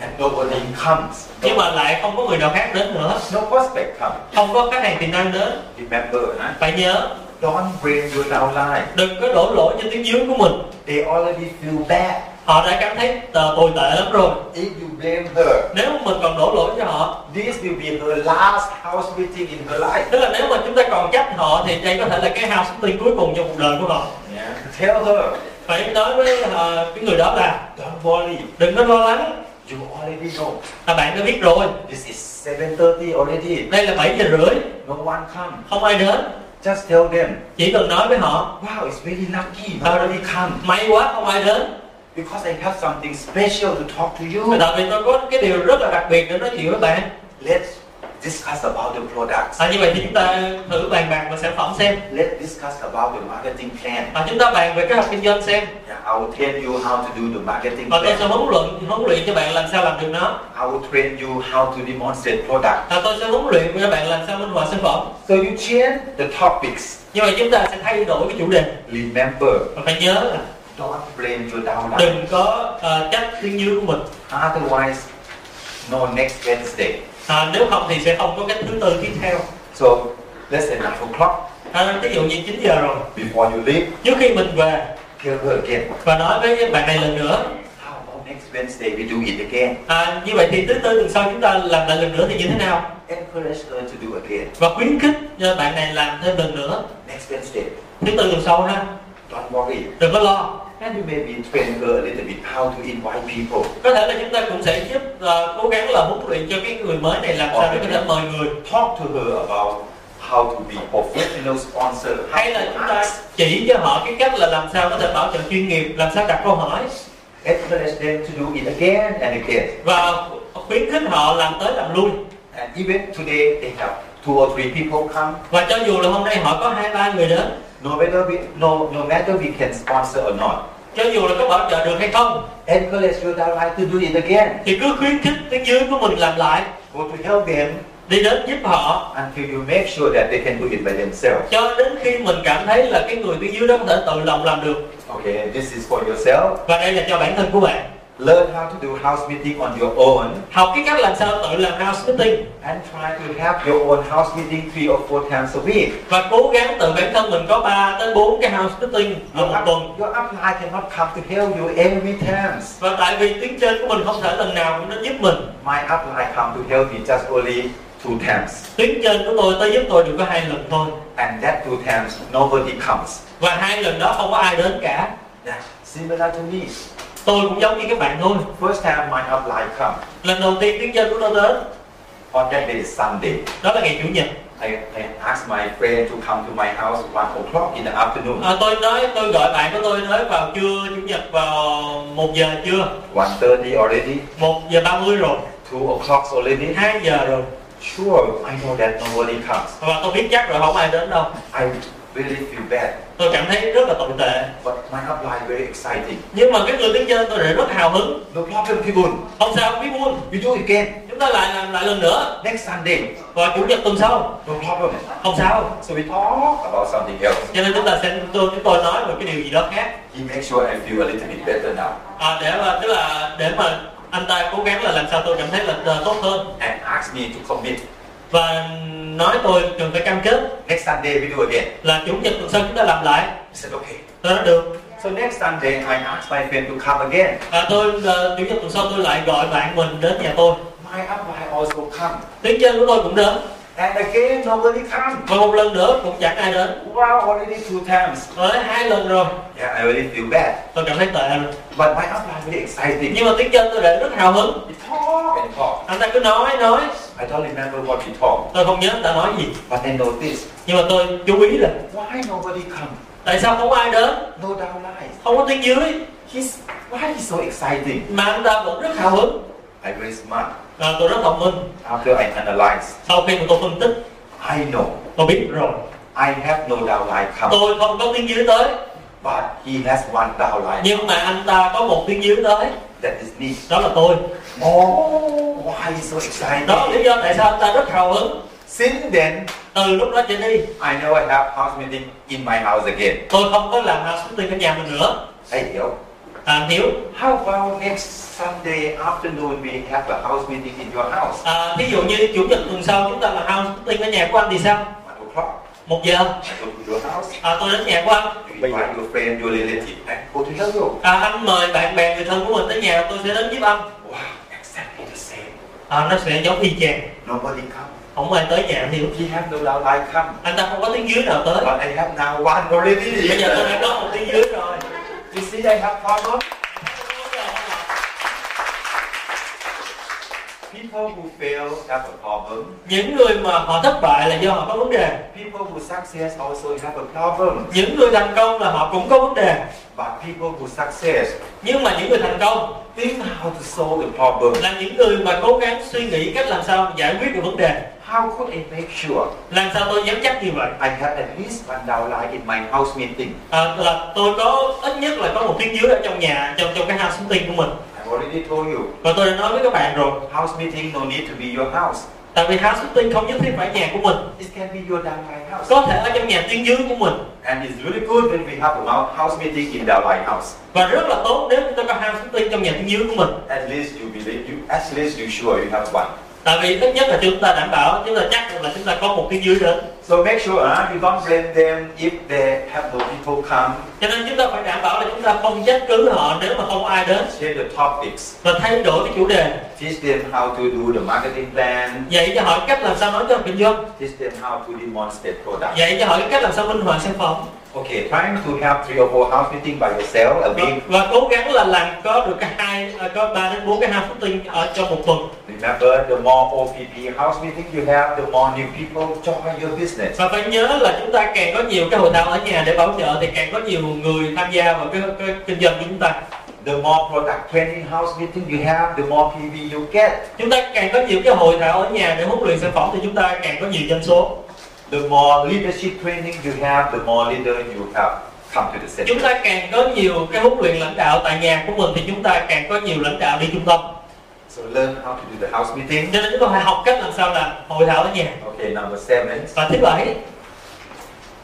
S2: And nobody comes.
S3: nhưng
S2: No,
S3: mà lại không có người nào khác đến nữa
S2: no prospect come.
S3: không có khách hàng tiềm năng đến
S2: Remember, huh?
S3: phải nhớ
S2: don't blame your downline.
S3: đừng có đổ lỗi cho tiếng dưới của mình
S2: They already feel bad.
S3: họ đã cảm thấy tờ tồi tệ lắm rồi
S2: If you blame her,
S3: nếu mình còn đổ lỗi cho họ
S2: this will be her last house meeting in her life.
S3: tức là nếu mà chúng ta còn trách họ thì đây có thể là cái house tiên cuối cùng trong cuộc đời của họ
S2: Yeah. Tell her,
S3: phải nói với ờ, cái người đó là
S2: don't worry.
S3: đừng có lo lắng
S2: You already know.
S3: là bạn đã biết rồi
S2: This is 7.30 already.
S3: đây là 7 giờ rưỡi
S2: No one come.
S3: không ai đến
S2: Just tell them,
S3: chỉ cần nói với họ
S2: wow, it's really lucky. Nobody come.
S3: may quá không ai đến
S2: Because I have something special to talk to you.
S3: tại vì tôi có cái điều rất là đặc biệt để nói chuyện với bạn
S2: Let's discuss about the products.
S3: à, như vậy thì chúng ta thử bàn bạc về sản phẩm xem
S2: Let's discuss about the marketing plan.
S3: và chúng ta bàn về kế hoạch kinh doanh xem
S2: Yeah, I will tell you how to do the marketing
S3: và tôi sẽ
S2: plan.
S3: huấn luyện huấn luyện cho bạn làm sao làm được nó
S2: I will train you how to demonstrate product.
S3: và tôi sẽ huấn luyện cho bạn làm sao minh họa sản phẩm
S2: So you change the topics.
S3: như vậy chúng ta sẽ thay đổi cái chủ đề
S2: Remember,
S3: và phải nhớ là
S2: don't blame your downline.
S3: đừng có ờ, trách tiếng dưới của mình
S2: Otherwise, no next Wednesday.
S3: à, nếu không thì sẽ không có cách thứ tư tiếp theo
S2: So let's say 9 o'clock.
S3: à, ví dụ như 9 giờ rồi
S2: Before you leave,
S3: trước khi mình về
S2: tell her again.
S3: và nói với các bạn này lần nữa
S2: How about next Wednesday we do it again?
S3: à, như vậy thì thứ tư tuần sau chúng ta làm lại lần nữa thì như thế nào
S2: Encourage her to do again.
S3: và khuyến khích cho bạn này làm thêm lần nữa
S2: Next Wednesday.
S3: thứ tư tuần sau ha
S2: Don't worry.
S3: đừng có lo
S2: And you maybe train her a little bit how to invite people.
S3: có thể là chúng ta cũng sẽ giúp ờ, cố gắng là huấn luyện cho cái người mới này làm sao để có thể mời người
S2: Talk to her about how to be professional sponsor. How
S3: hay
S2: to
S3: là chúng ta
S2: ask.
S3: chỉ cho họ cái cách là làm sao có thể bảo trợ chuyên nghiệp làm sao đặt câu hỏi
S2: Encourage them to do it again and again.
S3: và khuyến khích họ làm tới làm lui
S2: And even today, they have two or three people come.
S3: và cho dù là hôm nay họ có hai ba người đến
S2: No matter we, no, no matter we can sponsor or not,
S3: cho dù là có bảo trợ được hay không
S2: encourage your downline to do it again.
S3: thì cứ khuyến khích tiếng dưới của mình làm lại
S2: Go to help them
S3: đi đến giúp họ
S2: until you make sure that they can do it by themselves.
S3: cho đến khi mình cảm thấy là cái người tiếng dưới đó có thể tự lòng làm được
S2: Okay, this is for yourself.
S3: và đây là cho bản thân của bạn
S2: Learn how to do house meeting on your own
S3: học cái cách làm sao tự làm house meeting
S2: and try to have your own house meeting three or four times a week.
S3: và cố gắng tự bản thân mình có 3 tới 4 cái house meeting ở
S2: Your,
S3: một
S2: up,
S3: tuần
S2: your upline cannot come to help you every times.
S3: và tại vì tiếng trên của mình không thể lần nào cũng đến giúp mình
S2: My upline come to help me just only two times,
S3: tiếng trên của tôi tới giúp tôi được có hai lần thôi
S2: and that two times nobody comes.
S3: và hai lần đó không có ai đến cả
S2: Yeah, similar to me.
S3: tôi cũng giống như các bạn thôi
S2: First time my upline come,
S3: lần đầu tiên tiếng trên của tôi đến
S2: on that day is Sunday.
S3: đó là ngày chủ nhật
S2: I, I asked my friend to come to my house 1 o'clock in the afternoon.
S3: à, tôi nói tôi gọi bạn của tôi nói vào trưa chủ nhật vào 1 giờ trưa
S2: 1.30 already,
S3: 1 giờ 30 rồi
S2: 2 o'clock already.
S3: 2 giờ rồi
S2: Sure, I know that nobody comes.
S3: và tôi biết chắc rồi không ai đến đâu
S2: I really feel bad.
S3: tôi cảm thấy rất là tồi tệ
S2: But my upline very exciting.
S3: nhưng mà cái người tiếng trên tôi lại rất hào hứng
S2: No problem, Kibun.
S3: không sao không biết buồn
S2: You do again
S3: chúng ta lại làm lại lần nữa
S2: next Sunday.
S3: và chủ nhật tuần sau
S2: No problem.
S3: không sao
S2: So we talk about something else.
S3: cho nên chúng ta sẽ tôi chúng tôi nói về cái điều gì đó khác
S2: He makes sure I feel a little bit better now.
S3: à, để mà tức là để mà anh ta cố gắng là làm sao tôi cảm thấy là là tốt hơn
S2: And asked me to commit.
S3: và nói tôi cần phải cam kết
S2: Next Sunday we do again.
S3: là chủ nhật tuần sau chúng ta làm lại
S2: I said, okay.
S3: tôi nói được
S2: So next Sunday, I asked my friend to come again.
S3: và tôi ờ, chủ nhật tuần sau tôi lại gọi bạn mình đến nhà tôi
S2: My upline also come.
S3: tiếng trên của tôi cũng đến
S2: And again, nobody come.
S3: và một lần nữa cũng chẳng ai đến
S2: Wow, already two times.
S3: Tôi nói hai lần rồi
S2: Yeah, I already feel bad.
S3: tôi cảm thấy tệ rồi
S2: But my husband really exciting.
S3: nhưng mà tiếng chân tôi đã rất hào hứng
S2: We talk and talk.
S3: anh ta cứ nói nói
S2: I don't remember what we talked,
S3: tôi không nhớ anh ta nói gì
S2: but I noticed
S3: nhưng mà tôi chú ý là
S2: why nobody come.
S3: tại sao không ai đến
S2: No down lies.
S3: không có tiếng dưới
S2: He's why he's so exciting.
S3: mà anh ta vẫn rất hào hứng
S2: I very smart.
S3: và tôi rất thông minh
S2: After I analyze,
S3: sau khi mà tôi phân tích
S2: I know
S3: tôi biết rồi
S2: I have no down lie come,
S3: tôi không có tiếng dưới tới
S2: but he has one down lie.
S3: nhưng mà anh ta có một tiếng dưới tới
S2: That is me.
S3: đó là tôi
S2: Oh, why he's so exciting?
S3: đó là lý do tại sao anh ta rất hào hứng
S2: Since then,
S3: từ lúc đó trở đi
S2: I never have house meeting in my house again.
S3: tôi không có làm house meeting ở nhà mình nữa
S2: I hiểu.
S3: à, anh hiểu
S2: How about next Sunday afternoon we have a house meeting in your house?
S3: à, ví dụ như chủ nhật tuần sau chúng ta là house meeting ở nhà của anh thì sao
S2: One o'clock.
S3: một giờ
S2: I go to your house.
S3: à, tôi đến nhà của anh
S2: You invite your friend, your relative, and go to your room.
S3: à, anh mời bạn bè người thân của mình tới nhà tôi sẽ đến giúp anh
S2: Wow, exactly the same.
S3: à, nó sẽ giống y chang
S2: Nobody come.
S3: không ai tới nhà anh hiểu
S2: He have no doubt I come.
S3: anh ta không có tiếng dưới nào tới
S2: But I have now one already.
S3: bây giờ tôi đã có một tiếng dưới rồi
S2: You see, I have problem. People who fail have a problem.
S3: những người mà họ thất bại là do họ có vấn đề
S2: People who success also have a problem.
S3: những người thành công là họ cũng có vấn đề
S2: But people who success
S3: nhưng mà những người thành công
S2: think how to solve the problem.
S3: là những người mà cố gắng suy nghĩ cách làm sao giải quyết được vấn đề
S2: How could I make sure
S3: làm sao tôi dám chắc như vậy
S2: I have at least one downline in my house meeting?
S3: à, là tôi có ít nhất là có một tiếng dưới ở trong nhà trong trong cái house meeting của mình
S2: I've already told you.
S3: và tôi đã nói với các bạn rồi
S2: House meeting no need to be your house.
S3: tại vì house meeting không nhất thiết phải nhà của mình
S2: It can be your downline house.
S3: có thể ở trong nhà tiếng dưới của mình
S2: And it's really good when we have a house meeting in downline house.
S3: và rất là tốt nếu chúng ta có house meeting trong nhà tiếng dưới của mình
S2: At least you believe you. At least you sure you have one.
S3: tại vì ít nhất là chúng ta đảm bảo chúng ta chắc được là chúng ta có một tiếng dưới đến
S2: So make sure uh, you don't blame them if they have no people come.
S3: cho nên chúng ta phải đảm bảo là chúng ta không trách cứ họ nếu mà không ai đến
S2: Change the topics.
S3: và thay đổi cái chủ đề
S2: Teach them how to do the marketing plan.
S3: dạy cho họ cách làm sao nói cho kinh doanh
S2: Teach them how to demonstrate product.
S3: dạy cho họ cách làm sao minh họa sản phẩm
S2: Okay, trying to have three or four house meeting by yourself a
S3: và,
S2: week.
S3: và cố gắng là làm có được cái hai à, có ba đến bốn cái house meeting ở trong một tuần
S2: Remember, the more OPP house meeting you have, the more new people join your business.
S3: và phải nhớ là chúng ta càng có nhiều cái hội thảo ở nhà để bảo trợ thì càng có nhiều người tham gia vào cái, cái kinh doanh của chúng ta
S2: The more product training house meeting you have, the more PV you get.
S3: chúng ta càng có nhiều cái hội thảo ở nhà để huấn luyện sản phẩm thì chúng ta càng có nhiều doanh số
S2: The more leadership training you have, the more leader you have come to the center.
S3: chúng ta càng có nhiều cái huấn luyện lãnh đạo tại nhà của mình thì chúng ta càng có nhiều lãnh đạo đi trung tâm
S2: So learn how to do the house meeting.
S3: cho nên chúng ta phải học cách làm sao là hội thảo ở nhà
S2: Okay, number seven.
S3: và thứ bảy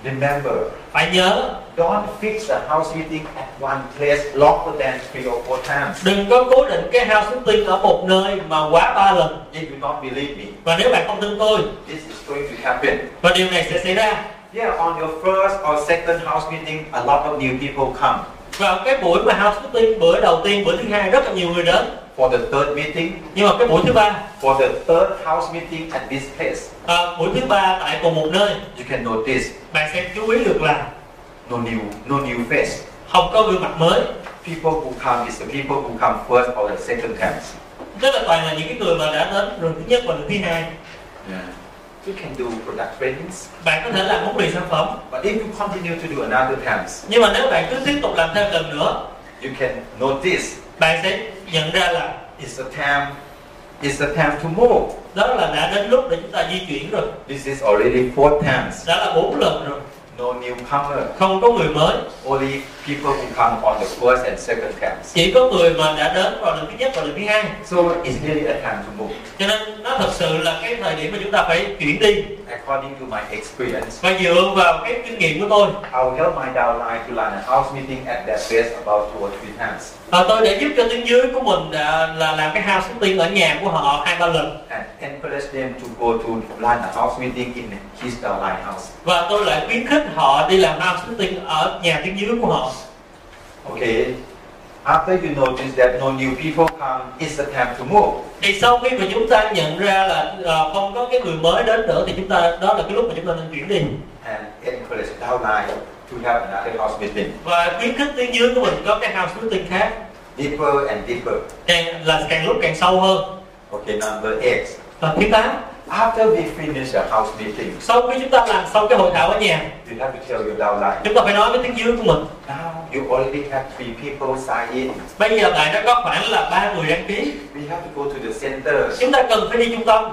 S2: Remember,
S3: phải nhớ
S2: don't fix the house meeting at one place longer than three or four times.
S3: đừng có cố định cái house meeting ở một nơi mà quá ba lần
S2: If you don't believe me,
S3: và nếu bạn không tin tôi
S2: this is going to happen.
S3: và điều này sẽ xảy ra
S2: Yeah, on your first or second house meeting, a lot of new people come.
S3: vào cái buổi mà house meeting bữa đầu tiên bữa thứ hai rất là nhiều người đến
S2: For the third meeting,
S3: nhưng mà cái buổi thứ ba
S2: for the third house meeting at this place,
S3: à, buổi thứ ba tại cùng một nơi
S2: you can notice
S3: bạn sẽ chú ý được là
S2: no new, no new face.
S3: không có gương mặt mới
S2: People who come is the people who come first or the second times.
S3: tức là toàn là những cái người mà đã đến lần thứ nhất và lần thứ hai
S2: Yeah. You can do product trainings,
S3: bạn có thể làm huấn luyện sản phẩm
S2: but if you continue to do another times,
S3: nhưng mà nếu bạn cứ tiếp tục làm thêm lần nữa
S2: you can notice
S3: bạn sẽ nhận ra là
S2: It's the time. It's the time to move.
S3: đó là đã đến lúc để chúng ta di chuyển rồi
S2: This is already four times.
S3: đã là bốn lần rồi
S2: No newcomer.
S3: không có người mới
S2: Only people who come on the first and second times.
S3: chỉ có người mà đã đến vào lần thứ nhất và lần thứ hai
S2: So it's really a time to move.
S3: cho nên nó thật sự là cái thời điểm mà chúng ta phải chuyển đi
S2: According to my experience,
S3: và dựa vào cái kinh nghiệm của tôi
S2: I'll help my downline to run a house meeting at that place about two or three times.
S3: và tôi đã giúp cho tiếng dưới của mình đã, là làm cái house tiên ở nhà của họ hai ba lần
S2: And encourage them to go to run a house meeting in his downline house.
S3: và tôi lại khuyến khích họ đi làm house tiên ở nhà tiếng dưới của họ
S2: Okay. After you notice that no new people come, it's the time to move.
S3: thì sau khi mà chúng ta nhận ra là ờ, không có cái người mới đến nữa thì chúng ta đó là cái lúc mà chúng ta nên chuyển đi
S2: and encourage downline to have another house meeting
S3: và khuyến khích tuyến dưới của mình có cái house meeting khác
S2: deeper and deeper.
S3: càng là càng lúc càng sâu hơn
S2: Okay, number eight.
S3: và thứ tám
S2: After we finish the house meeting,
S3: sau khi chúng ta làm xong cái hội thảo ở nhà
S2: you have to tell your downline.
S3: chúng ta phải nói với tuyến dưới của mình
S2: Now you already have three people sign in.
S3: bây giờ bạn đã có khoảng là ba người đăng ký
S2: We have to go to the center.
S3: chúng ta cần phải đi trung tâm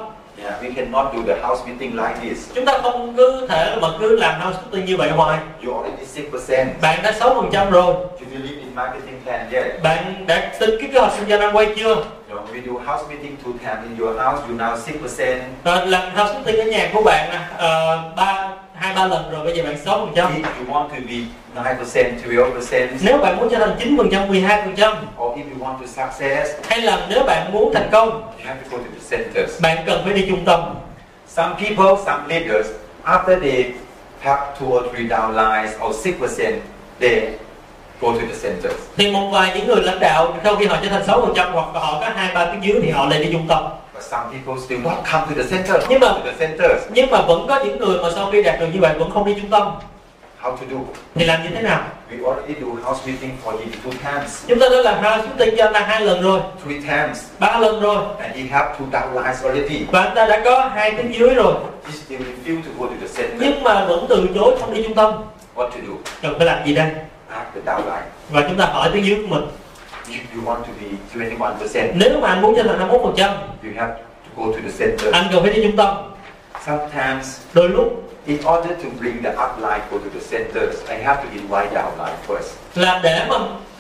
S2: Yeah, we cannot do the house meeting like this.
S3: chúng ta không cứ thể mà cứ làm house meeting như vậy hoài
S2: You already six percent.
S3: bạn đã 6% rồi
S2: Do you believe in marketing plan yet?
S3: bạn đã tính cái kế hoạch kinh doanh năm quay chưa
S2: No, we do house meeting two times in your house. You now six percent.
S3: Rồi làm house meeting ở nhà của bạn nè ờ, ba hai ba lần rồi bây giờ bạn 6%
S2: If you want to be nine percent, twelve percent,
S3: nếu bạn muốn trở thành 9% 12%
S2: or if you want to success,
S3: hay là nếu bạn muốn thành công
S2: you have to go to the centers.
S3: bạn cần phải đi trung tâm
S2: Some people, some leaders, after they have two or three downlines or six percent, they go to the centers.
S3: thì một vài những người lãnh đạo sau khi họ trở thành 6% hoặc là họ có hai ba tiếng dưới thì họ lại đi trung tâm
S2: But some people still not come to the centers.
S3: Nhưng mà-
S2: to the centers.
S3: nhưng mà vẫn có những người mà sau khi đạt được như vậy vẫn không đi trung tâm
S2: How to do?
S3: thì làm như thế nào
S2: We already do house meeting for him two times,
S3: chúng ta đã làm house meeting cho anh ta hai lần rồi
S2: three times,
S3: ba lần rồi
S2: and he have two downlines already.
S3: và anh ta đã có hai tiếng dưới rồi
S2: He still refuse to go to the center.
S3: nhưng mà vẫn từ chối không đi trung tâm
S2: What to do?
S3: cần phải làm gì đây
S2: Ask the downline.
S3: và chúng ta hỏi tiếng dưới của mình
S2: If you want to be 21%,
S3: nếu mà anh muốn trở thành 51 phần trăm
S2: you have to go to the center.
S3: anh cần phải đi trung tâm
S2: Sometimes,
S3: đôi lúc
S2: in order to bring the upline go to the centers, I have to invite downline first.
S3: là để mà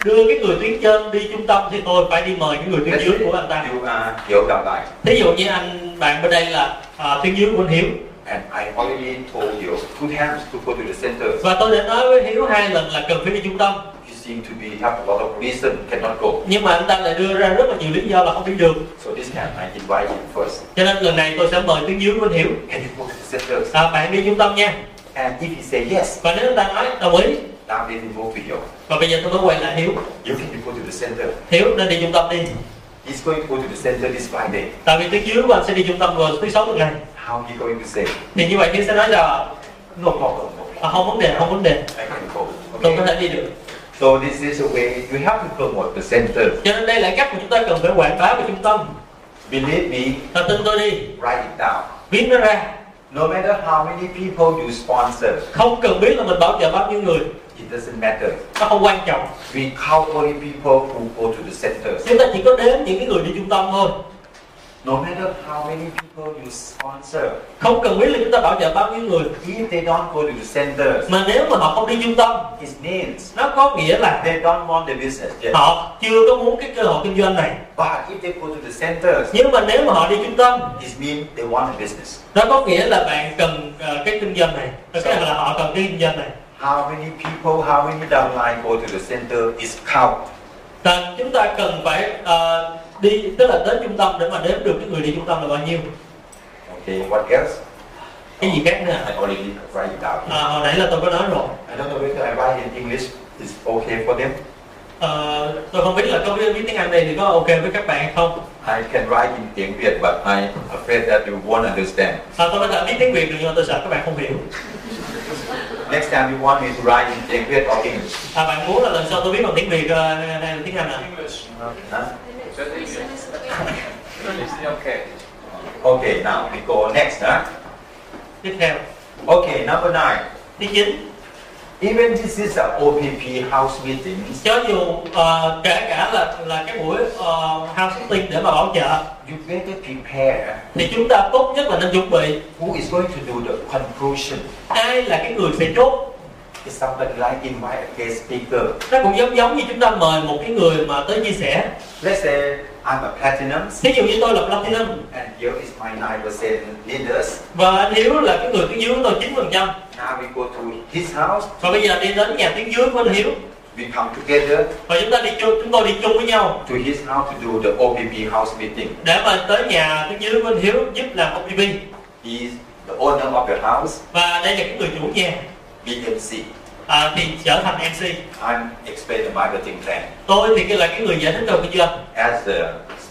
S3: đưa cái người tuyến trên đi trung tâm thì tôi phải đi mời cái người tuyến dưới của anh ta
S2: You are your downline,
S3: thí dụ như anh bạn bên đây là à, tuyến dưới của anh hiếu
S2: and I already told you two times to go to the centers.
S3: và tôi đã nói với hiếu hai lần là cần phải đi trung tâm
S2: You seem to be have a lot of reason cannot go.
S3: nhưng mà anh ta lại đưa ra rất là nhiều lý do là không đi được
S2: So this time I invite him first.
S3: cho nên lần này tôi sẽ mời tuyến dưới của anh hiểu
S2: Can you go to the centers?
S3: à, bạn đi trung tâm nha
S2: And if he say yes,
S3: và nếu anh ta nói đồng ý
S2: now let him move to you.
S3: và bây giờ tôi mới quay lại hiếu
S2: You can go to the center.
S3: hiếu nên đi trung tâm đi
S2: He's going to go to the center this Friday.
S3: tại vì tuyến dưới của anh sẽ đi trung tâm vào thứ sáu tuần này
S2: How he going to say?
S3: thì như vậy hiếu sẽ nói là
S2: No problem. no problem.
S3: à, không vấn đề không vấn đề
S2: I can go.
S3: tôi có
S2: Okay.
S3: thể đi được
S2: So this is a way you have to promote the center.
S3: cho nên đây là cách mà chúng ta cần phải quảng bá về trung tâm
S2: Believe me,
S3: và tin tôi đi
S2: write it down.
S3: viết nó ra
S2: No matter how many people you sponsor,
S3: không cần biết là mình bảo trợ bao nhiêu người
S2: it doesn't matter.
S3: nó không quan trọng
S2: We count only people who go to the centers.
S3: chúng ta chỉ có đến những cái người đi trung tâm thôi
S2: No matter how many people you sponsor,
S3: không cần biết là chúng ta bảo trợ bao nhiêu người
S2: if they don't go to the centers,
S3: mà nếu mà họ không đi trung tâm
S2: it means
S3: nó có nghĩa là
S2: they don't want the business yet.
S3: họ chưa có muốn cái cơ hội kinh doanh này
S2: But if they go to the centers,
S3: nhưng mà nếu mà họ đi trung tâm
S2: it means they want the business.
S3: nó có nghĩa là bạn cần ờ, cái kinh doanh này tức là họ cần cái kinh doanh này
S2: How many people, how many downline go to the center is count.
S3: là chúng ta cần phải ờ, đi tức là đến trung tâm để mà đếm được cái người đi trung tâm là bao nhiêu
S2: Okay, what else?
S3: cái gì khác nữa
S2: I already write it down.
S3: À, hồi nãy là tôi có nói rồi
S2: I don't know whether I write in English is okay for them.
S3: Ờ, tôi không biết là có biết biết tiếng Anh này thì có ok với các bạn hay không
S2: I can write in tiếng Việt, but I'm afraid that you won't understand.
S3: à, tôi có thể biết tiếng Việt được nhưng mà tôi sợ các bạn không hiểu
S2: Next time you want me to write in tiếng Việt or English.
S3: à, bạn muốn là lần sau tôi biết bằng tiếng Việt ờ, hay là tiếng Anh à
S2: Huh?
S4: Okay.
S2: Okay, now we go next. Huh?
S3: tiếp theo
S2: Okay, number nine.
S3: thứ chín
S2: Even this is a OPP house meeting,
S3: cho dù ờ, kể cả là là cái buổi uh, house meeting để mà bảo trợ
S2: you better prepare
S3: thì chúng ta tốt nhất là nên chuẩn bị
S2: who is going to do the conclusion.
S3: ai là cái người sẽ chốt
S2: Is somebody like invite a guest speaker?
S3: nó cũng giống giống như chúng ta mời một cái người mà tới chia sẻ
S2: Let's say I'm a platinum
S3: thí dụ như tôi là platinum
S2: and here is my 9% leaders.
S3: và anh hiếu là cái người tiếng dưới của tôi chín phần trăm
S2: Now we go to his house,
S3: và bây giờ đi đến nhà tiếng dưới của anh hiếu
S2: we come together
S3: và chúng ta đi chung chúng tôi đi chung với nhau
S2: to his house to do the OPP house meeting.
S3: để mà tới nhà tiếng dưới của anh hiếu giúp làm OPP
S2: He's the owner of the house,
S3: và đây là cái người chủ nhà
S2: BMC.
S3: à, thì trở thành MC
S2: I'm explain the marketing plan.
S3: tôi thì cái là cái người giải thích đầu kinh doanh
S2: As the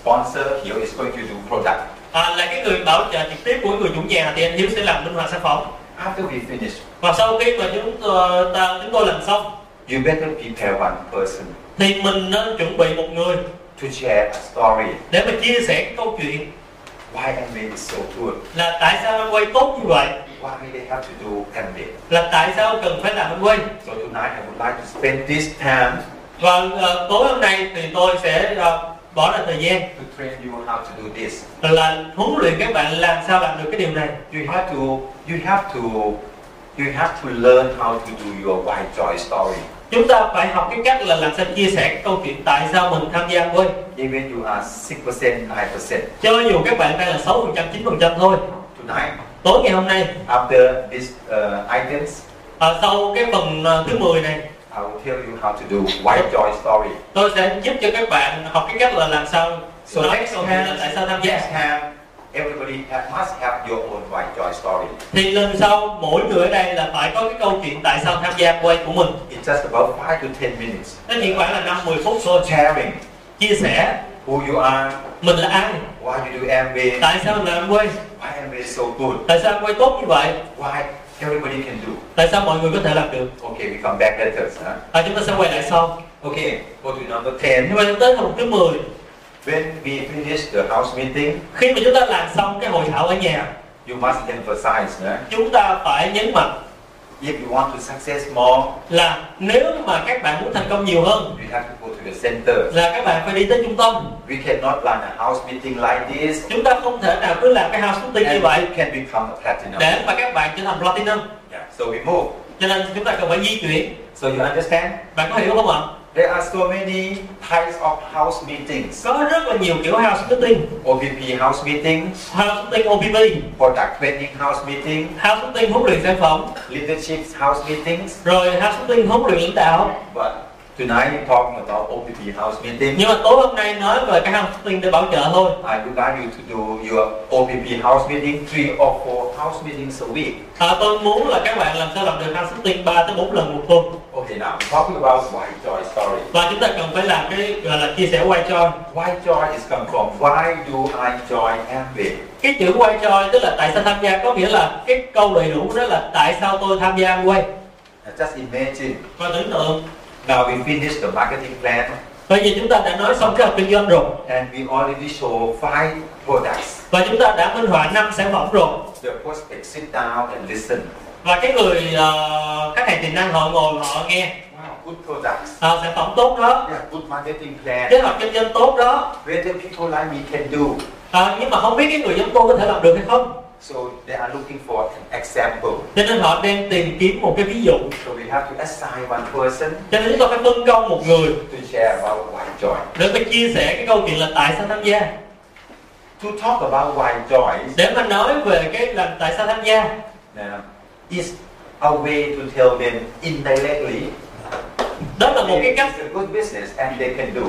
S2: sponsor, Hiếu is going to do product.
S3: à, là cái người bảo trợ trực tiếp của người chủ nhà thì anh Hiếu sẽ làm linh hoạt sản phẩm
S2: After we finish,
S3: và sau khi mà chúng ờ, ta chúng tôi làm xong
S2: you better prepare one person
S3: thì mình nên chuẩn bị một người
S2: to share a story.
S3: để mà chia sẻ cái câu chuyện
S2: Why MBA is so good?
S3: là tại sao anh quay tốt như vậy
S2: Why they have to do MBA?
S3: là tại sao cần phải làm anh quay
S2: So tonight I would like to spend this time
S3: và ờ, tối hôm nay thì tôi sẽ ờ, bỏ ra thời gian
S2: to train you how to do this.
S3: là huấn luyện các bạn làm sao làm được cái điều này
S2: You have to, you have to, you have to learn how to do your why joy story.
S3: chúng ta phải học cái cách là làm sao chia sẻ cái câu chuyện tại sao mình tham gia quay
S2: Even you are six percent, nine percent.
S3: cho dù các bạn đang là 6% 9% thôi
S2: Tonight,
S3: tối ngày hôm nay
S2: after these uh, items,
S3: ờ, sau cái phần ờ, thứ 10 này
S2: I will tell you how to do why joy story.
S3: tôi sẽ giúp cho các bạn học cái cách là làm sao
S2: So
S3: nói
S2: next
S3: câu chuyện là
S2: time-
S3: tại sao tham
S2: Next
S3: gia
S2: time, everybody ha- must have your own why joy story.
S3: thì lần sau mỗi người ở đây là phải có cái câu chuyện tại sao tham gia quay của mình
S2: It's just about five to ten minutes.
S3: nó chỉ khoảng là 5 10 phút thôi
S2: Sharing eh?
S3: chia sẻ
S2: who you are,
S3: mình là ai
S2: why you do MBA,
S3: tại sao mình làm quay
S2: why MBA is so good,
S3: tại sao quay tốt như vậy
S2: why everybody can do.
S3: tại sao mọi người có thể làm được
S2: Okay, we come back later. Huh?
S3: à, chúng ta sẽ quay lại sau
S2: Okay, go to number
S3: nhưng
S2: 10.
S3: mà tới hôm thứ 10
S2: When we finish the house meeting,
S3: khi mà chúng ta làm xong cái hội thảo ở nhà
S2: you must emphasize. Huh?
S3: chúng ta phải nhấn mạnh
S2: If you want to success more,
S3: là nếu mà các bạn muốn thành công nhiều hơn
S2: you have to go to the center.
S3: là các bạn phải đi tới trung tâm
S2: We cannot run a house meeting like this.
S3: chúng ta không thể nào cứ làm cái house meeting
S2: And
S3: như vậy
S2: you can become a platinum.
S3: để mà các bạn trở thành platinum
S2: Yeah, so we move.
S3: cho nên chúng ta cần phải di chuyển
S2: So you understand?
S3: bạn có hiểu không ạ
S2: There are so many types of house meetings.
S3: có rất là nhiều kiểu house meeting
S2: OPP house meeting,
S3: house meeting OPP
S2: product training house meeting,
S3: house meeting huấn luyện sản phẩm
S2: leadership house meetings.
S3: rồi house meeting huấn luyện lãnh đạo
S2: But tonight we're talking about OPP house meeting.
S3: nhưng mà tối hôm nay nói về cái house meeting để bảo trợ thôi
S2: I would like you to do your OPP house meeting three or four house meetings a week.
S3: à, tôi muốn là các bạn làm sao làm được house meeting 3 tới 4 lần một tuần
S2: Okay, now I'm talking about why joy story.
S3: và chúng ta cần phải làm cái gọi là chia sẻ quay cho
S2: Why joy is come from why do I joy Amway?
S3: cái chữ quay cho tức là tại sao tham gia có nghĩa là cái câu đầy đủ đó là tại sao tôi tham gia quay
S2: Now Just imagine.
S3: và tưởng tượng
S2: Now we finish the marketing plan
S3: bây giờ chúng ta đã nói xong cái hợp kinh doanh rồi
S2: and we already show five products.
S3: và chúng ta đã minh họa năm sản phẩm rồi
S2: The prospect sit down and listen.
S3: và cái người ờ, khách hàng tiềm năng họ ngồi họ nghe
S2: Wow, good products.
S3: ờ, sản phẩm tốt đó
S2: Yeah, good marketing plan.
S3: kế hoạch kinh doanh tốt đó
S2: Whether people like me can do.
S3: Ờ, nhưng mà không biết cái người giống tôi có thể làm được hay không
S2: So they are looking for an example.
S3: cho nên họ đang tìm kiếm một cái ví dụ
S2: So we have to assign one person
S3: cho nên chúng ta phải phân công một người
S2: to share about why joy.
S3: để phải chia sẻ cái câu chuyện là tại sao tham gia
S2: To talk about why joy
S3: để mà nói về cái là tại sao tham gia
S2: uh, is a way to tell them indirectly
S3: đó là một cái cách
S2: it's a good business and they can do.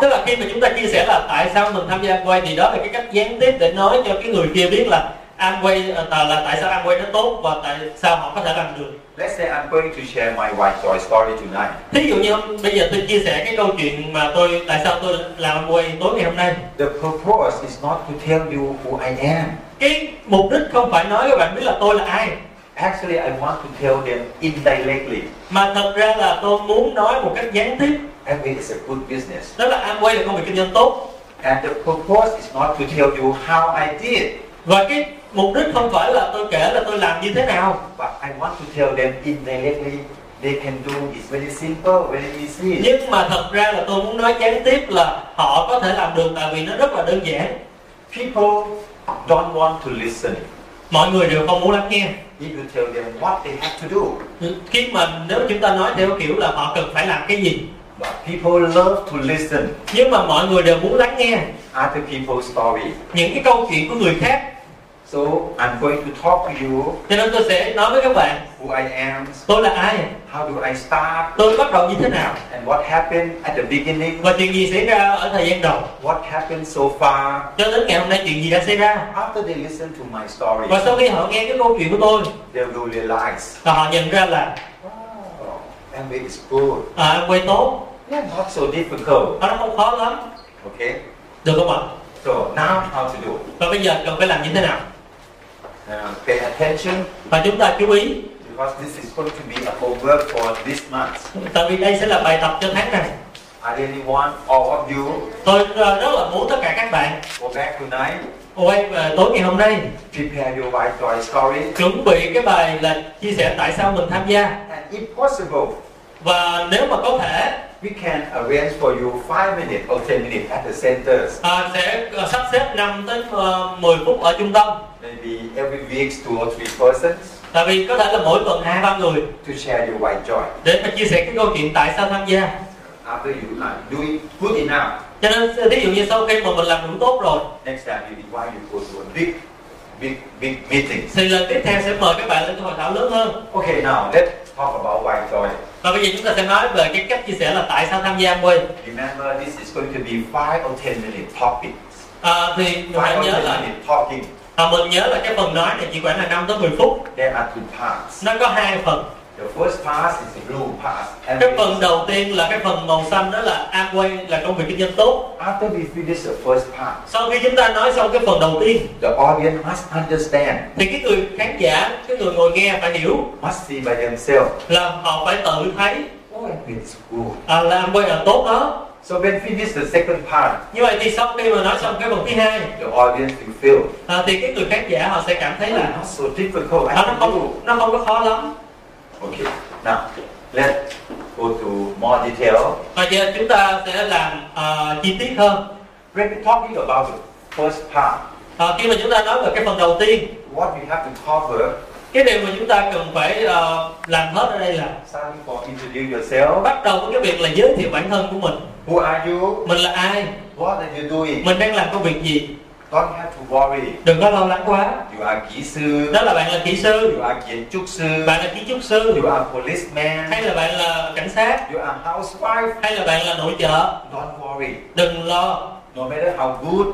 S3: tức là khi mà chúng ta chia sẻ là tại sao mình tham gia quay thì đó là cái cách gián tiếp để nói cho cái người kia biết là ăn quay là tại sao ăn quay nó tốt và tại sao họ có thể làm được
S2: Let's say I'm going to share my why joy story tonight.
S3: thí dụ như hôm- bây giờ tôi chia sẻ cái câu chuyện mà tôi tại sao tôi làm ăn quay tối ngày hôm nay
S2: The purpose is not to tell you who I am.
S3: cái mục đích không phải nói các bạn biết là tôi là ai
S2: Actually, I want to tell them indirectly.
S3: mà thật ra là tôi muốn nói một cách gián tiếp
S2: Amway is a good business.
S3: đó là ăn quay là công việc kinh doanh tốt
S2: And the purpose is not to tell you how I did,
S3: và cái mục đích không phải là tôi kể là tôi làm như thế nào
S2: but I want to tell them indirectly they can do. It's very simple, very easy.
S3: nhưng mà thật ra là tôi muốn nói gián tiếp là họ có thể làm được tại vì nó rất là đơn giản
S2: People don't want to listen
S3: mọi người đều không muốn lắng nghe
S2: if you tell them what they have to do.
S3: khi mà nếu chúng ta nói theo kiểu là họ cần phải làm cái gì
S2: But people love to listen
S3: nhưng mà mọi người đều muốn lắng nghe
S2: other people's story.
S3: những cái câu chuyện của người khác
S2: So I'm going to talk to you
S3: cho nên tôi sẽ nói với các bạn
S2: who I am,
S3: tôi là ai
S2: how do I start,
S3: tôi bắt đầu như thế nào
S2: and what happened at the beginning,
S3: và chuyện gì xảy ra ở thời gian đầu
S2: what happened so far.
S3: cho đến ngày hôm nay chuyện gì đã xảy ra
S2: After they listen to my story,
S3: và sau khi họ nghe cái câu chuyện của tôi
S2: they will realize
S3: là họ nhận ra là
S2: wow, Amway is good.
S3: à, em quay tốt
S2: They're not so difficult.
S3: nó không khó lắm
S2: Okay?
S3: được không ạ
S2: So now how to do it?
S3: và bây giờ cần phải làm như thế nào
S2: Now, pay attention
S3: và chúng ta chú ý
S2: because this is going to be a homework for this month.
S3: tại vì đây sẽ là bài tập cho tháng này
S2: I really want all of you
S3: tôi ờ, rất là muốn tất cả các bạn
S2: go back tonight,
S3: quay về tối ngày hôm nay
S2: prepare your white joy story,
S3: chuẩn bị cái bài là chia sẻ tại sao mình tham gia
S2: and if possible,
S3: và nếu mà có thể
S2: we can arrange for you five minutes or ten minutes at the centers.
S3: à, sẽ ờ, sắp xếp 5 đến ờ, 10 phút ở trung tâm
S2: Maybe every week two or three persons
S3: tại vì có thể là mỗi tuần hai ba người
S2: to share your white joy.
S3: để mà chia sẻ cái câu chuyện tại sao tham gia
S2: After you are doing good enough,
S3: cho nên ví dụ như sau khi mà mình làm đủ tốt rồi
S2: next time we invite you go to a big, big, big meeting.
S3: thì lần tiếp theo sẽ mời các bạn lên cái hội thảo lớn hơn
S2: Okay, now let's talk about white joy.
S3: và bây giờ chúng ta sẽ nói về cái cách chia sẻ là tại sao tham gia quay
S2: Remember, this is going to be five or ten minute topic.
S3: à, thì
S2: Five
S3: bạn
S2: or
S3: nhớ
S2: ten
S3: là
S2: minute talking.
S3: à, mình nhớ là cái phần nói này chỉ khoảng là 5 tới 10 phút
S2: There are two parts.
S3: nó có hai phần
S2: The first part is the blue part. And
S3: cái phần đầu tiên là cái phần màu xanh đó là Amway là công việc kinh doanh tốt
S2: after we finish the first part,
S3: sau khi chúng ta nói xong cái phần đầu tiên
S2: the audience must understand,
S3: thì cái người khán giả cái người ngồi nghe phải hiểu
S2: must see by themselves.
S3: là họ phải tự thấy
S2: Oh, it's good.
S3: à, là Amway là tốt đó
S2: So when finish the second part,
S3: như vậy thì sau khi mà nói xong cái phần thứ hai
S2: the audience will feel
S3: à, thì cái người khán giả họ sẽ cảm thấy
S2: "Oh,
S3: là
S2: not so difficult. I
S3: à, nó
S2: can do."
S3: không nó không có khó lắm
S2: Okay. Now let's go to more detail.
S3: và giờ chúng ta sẽ làm à, chi tiết hơn
S2: When we're talking about the first part,
S3: à, khi mà chúng ta nói về cái phần đầu tiên
S2: what we have to cover,
S3: cái điều mà chúng ta cần phải ờ, làm hết ở đây là
S2: starting from introduce yourself.
S3: bắt đầu với cái việc là giới thiệu bản thân của mình
S2: Who are you?
S3: mình là ai
S2: What are you doing?
S3: mình đang làm công việc gì
S2: Don't have to worry.
S3: đừng có lo lắng quá
S2: You are kỹ sư.
S3: đó là bạn là kỹ sư
S2: You are kiến trúc sư.
S3: bạn là kiến trúc sư
S2: You are policeman.
S3: hay là bạn là cảnh sát
S2: You are housewife.
S3: hay là bạn là nội trợ
S2: Don't worry.
S3: đừng lo
S2: No matter how good,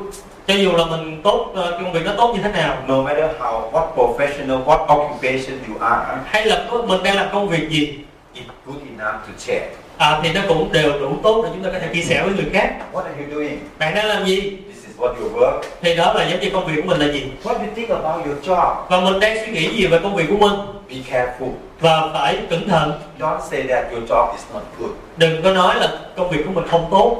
S3: cho dù là mình tốt ờ, công việc nó tốt như thế nào
S2: no matter how what professional, what occupation you are,
S3: hay là có- mình đang làm công việc gì
S2: it's good enough to share.
S3: à, thì nó cũng đều đủ tốt để chúng ta có thể chia sẻ với người khác
S2: What are you doing?
S3: bạn đang làm gì
S2: This is what you work.
S3: thì đó là giống như công việc của mình là gì
S2: What do you think about your job?
S3: và mình đang suy nghĩ gì về công việc của mình
S2: Be careful.
S3: và phải cẩn thận
S2: Don't say that your job is not good.
S3: đừng có nói là công việc của mình không tốt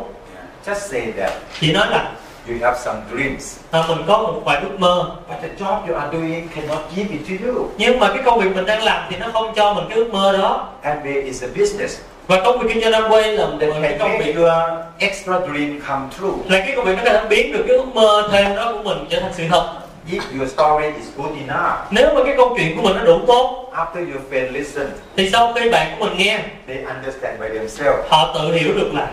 S2: Just say that
S3: chỉ nói là
S2: you have some dreams,
S3: à, mình có một vài ước mơ
S2: but the job you are doing cannot give it to you.
S3: nhưng mà cái công việc mình đang làm thì nó không cho mình cái ước mơ đó
S2: And there is a business
S3: và công việc kinh doanh Amway là một
S2: that
S3: cái công
S2: can make
S3: việc
S2: your extra dream come true.
S3: là cái công việc nó đã biến được cái ước mơ thêm đó của mình trở thành sự thật
S2: If your story is good enough,
S3: nếu mà cái câu chuyện của mình nó đủ tốt
S2: after your friend listen,
S3: thì sau khi bạn của mình nghe
S2: they understand by themselves.
S3: họ tự hiểu được là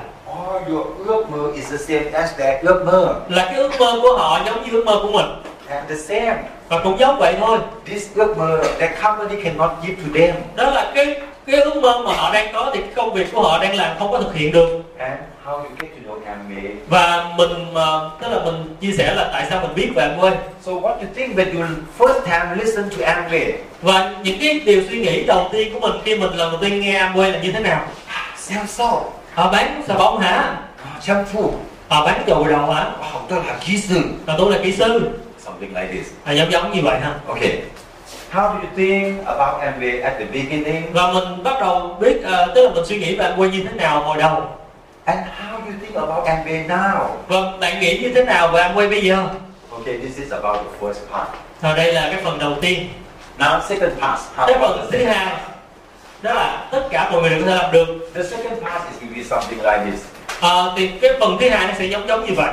S2: Oh, your ước mơ is the same as their ước mơ.
S3: là cái ước mơ của họ giống như ước mơ của mình
S2: And the same,
S3: và cũng giống vậy thôi
S2: this ước mơ that company cannot give to them.
S3: đó là cái cái ước mơ mà họ đang có thì cái công việc của họ đang làm không có thực hiện được
S2: And how you get to know Amway.
S3: và mình ờ, tức là mình chia sẻ là tại sao mình biết về Amway
S2: So what you think when you first time listen to Amway?
S3: và những cái điều suy nghĩ đầu tiên của mình khi mình lần đầu tiên nghe Amway là như thế nào
S2: Sell salt,
S3: họ bán xà bông hả
S2: shampoo,
S3: họ bán dầu đầu hả
S2: oh, tôi là kỹ sư.
S3: và tôi là kỹ sư
S2: Something like this.
S3: à, giống giống như vậy ha
S2: Okay. How do you think about Amway at the beginning?
S3: và mình bắt đầu biết ờ, tức là mình suy nghĩ về Amway như thế nào hồi đầu
S2: And how do you think about Amway now?
S3: và Vâng, bạn nghĩ như thế nào về Amway bây giờ
S2: Okay, this is about the first part.
S3: rồi đây là cái phần đầu tiên
S2: Now, second part. How
S3: cái
S2: about
S3: phần
S2: the
S3: thứ
S2: second
S3: hai đó là tất cả mọi người đều có thể làm được
S2: part? The second part is going to be something like this.
S3: Ờ, thì cái phần thứ hai nó sẽ giống giống như vậy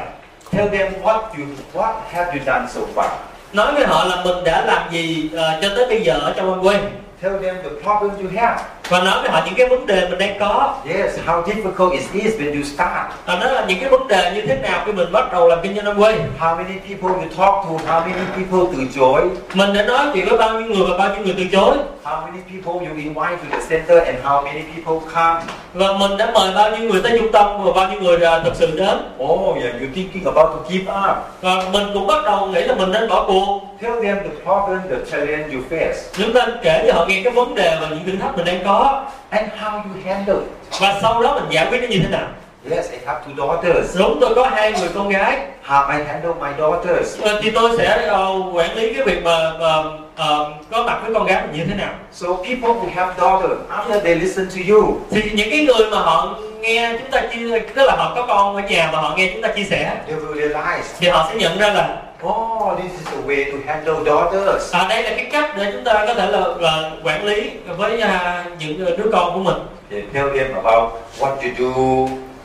S2: Tell them what you what have you done so far.
S3: nói với họ là mình đã làm gì ờ, cho tới bây giờ ở trong Amway
S2: Tell them the problem you have.
S3: và nói với họ những cái vấn đề mình đang có
S2: Yes, how difficult it is when you start.
S3: và đó là những cái vấn đề như thế nào khi mình bắt đầu làm kinh doanh Amway
S2: How many people you talk to? How many people từ chối?
S3: mình đã nói chuyện với bao nhiêu người và bao nhiêu người từ chối
S2: How many people you invite to the center and how many people come?
S3: và mình đã mời bao nhiêu người tới trung tâm và bao nhiêu người ờ, thực sự đến
S2: Oh, yeah, you're thinking about to give up.
S3: và mình cũng bắt đầu nghĩ là mình nên bỏ cuộc
S2: Tell them the problem, the challenge you face.
S3: chúng ta kể cho họ nghe cái vấn đề và những thử thách mình đang có đó
S2: and how you handle it.
S3: và sau đó mình giải quyết nó như thế nào
S2: Yes, I have two daughters.
S3: đúng tôi có hai người con gái
S2: How I handle my daughters.
S3: ờ, thì tôi sẽ ờ, quản lý cái việc mà ờ, ờ, có mặt với con gái mình như thế nào
S2: So people who have daughters, after they listen to you,
S3: thì những cái người mà họ nghe chúng ta chia tức là họ có con ở nhà mà họ nghe chúng ta chia sẻ
S2: they will realize,
S3: thì họ sẽ nhận ra là
S2: oh, this is the way to handle daughters.
S3: à, đây là cái cách để chúng ta có thể là, là quản lý với à, những đứa con của mình
S2: Then tell them about what you do,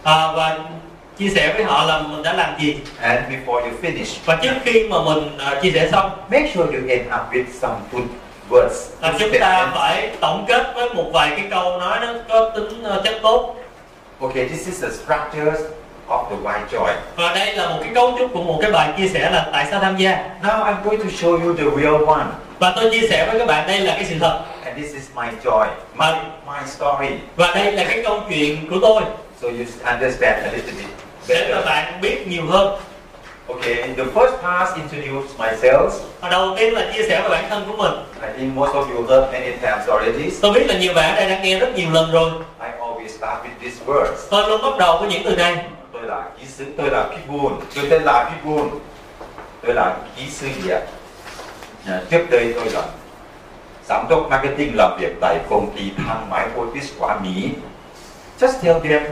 S3: à, và chia sẻ với họ là mình đã làm gì
S2: and before you finish,
S3: và trước khi mà mình à, chia sẻ xong
S2: make sure you end up with some good words.
S3: là chúng ta phải tổng kết với một vài cái câu nói nó có tính à, chất tốt
S2: Okay, this is the structures of the white joy.
S3: và đây là một cái cấu trúc của một cái bài chia sẻ là tại sao tham gia
S2: Now I'm going to show you the real one,
S3: và tôi chia sẻ với các bạn đây là cái sự thật
S2: and this is my joy, my my story.
S3: và đây là cái câu chuyện của tôi
S2: So you understand a little bit
S3: để các
S2: better.
S3: bạn biết nhiều hơn
S2: Okay, the first pass introduce myself.
S3: và đầu tiên là chia sẻ với bản thân của mình
S2: I think most of you heard many times already.
S3: tôi biết là nhiều bạn đây đã nghe rất nhiều lần rồi
S2: I always start with these words.
S3: tôi luôn bắt đầu với những từ này
S2: Tôi là kỹ sư, tôi là Pitbull, tôi tên là Pitbull. Tôi là kỹ sư Việt. À, Trước đây tôi là giám đốc marketing làm việc tại công ty thang máy Otis của Mỹ. Just tell them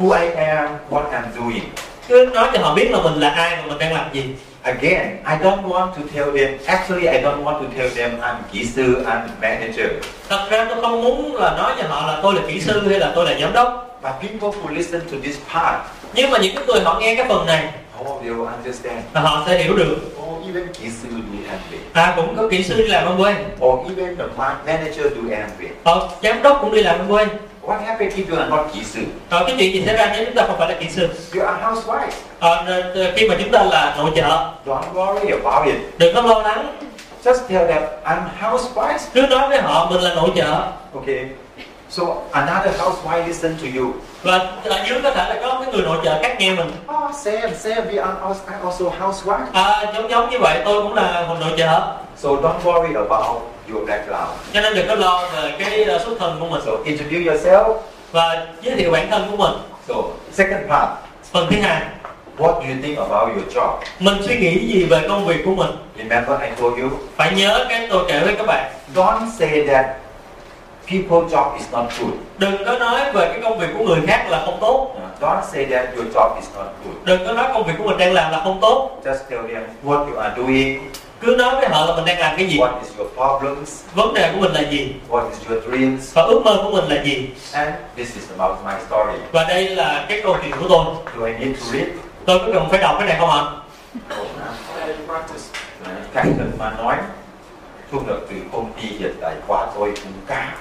S2: who I am, what I'm doing.
S3: cứ nói cho họ biết là mình là ai và mình đang làm gì
S2: Again, I don't want to tell them. Actually, I don't want to tell them I'm kỹ sư, I'm manager.
S3: thật ra tôi không muốn là nói cho họ là tôi là kỹ sư hay là tôi là giám đốc
S2: But people who listen to this part,
S3: nhưng mà những cái người họ nghe cái phần này
S2: oh, they will understand.
S3: là họ sẽ hiểu được
S2: Oh, even kỹ sư do Amway.
S3: à cũng có kỹ sư đi làm ăn quê
S2: Or even the ma- manager do Amway.
S3: ờ, giám đốc cũng đi làm ăn quê
S2: What happens if you are not kỹ sư?
S3: ờ, cái chuyện gì xảy ra nếu chúng ta không phải là kỹ sư
S2: You are housewife.
S3: ờ, nên, ờ, khi mà chúng ta là nội trợ
S2: Don't worry about it.
S3: đừng có lo lắng
S2: Just tell them I'm housewife.
S3: cứ nói với họ mình là nội trợ
S2: Okay. So another housewife listen to you.
S3: và ở dưới có thể là có cái người nội trợ khác nghe mình
S2: Oh, Sam, Sam, we are also, I also housewife.
S3: à, giống giống như vậy tôi cũng là một nội trợ
S2: So don't worry about your background.
S3: cho nên đừng có lo về cái ờ, xuất thân của mình
S2: So introduce yourself.
S3: và giới thiệu bản thân của mình
S2: So second part.
S3: phần thứ hai
S2: What do you think about your job?
S3: mình suy nghĩ gì về công việc của mình
S2: Remember I told you.
S3: phải nhớ cái tôi kể với các bạn
S2: Don't say that people job is not good.
S3: đừng có nói về cái công việc của người khác là không tốt
S2: Don't say that your job is not good.
S3: đừng có nói công việc của mình đang làm là không tốt
S2: Just tell them what you are doing,
S3: cứ nói với họ là mình đang làm cái gì
S2: what is your problems,
S3: vấn đề của mình là gì
S2: what is your dreams,
S3: và ước mơ của mình là gì
S2: and this is about my story.
S3: và đây là cái câu chuyện của tôi
S2: Do I need to read?
S3: tôi có cần phải đọc cái này không ạ
S2: Cách thức mà nói thu được từ công ty hiện tại quá tôi cũng cả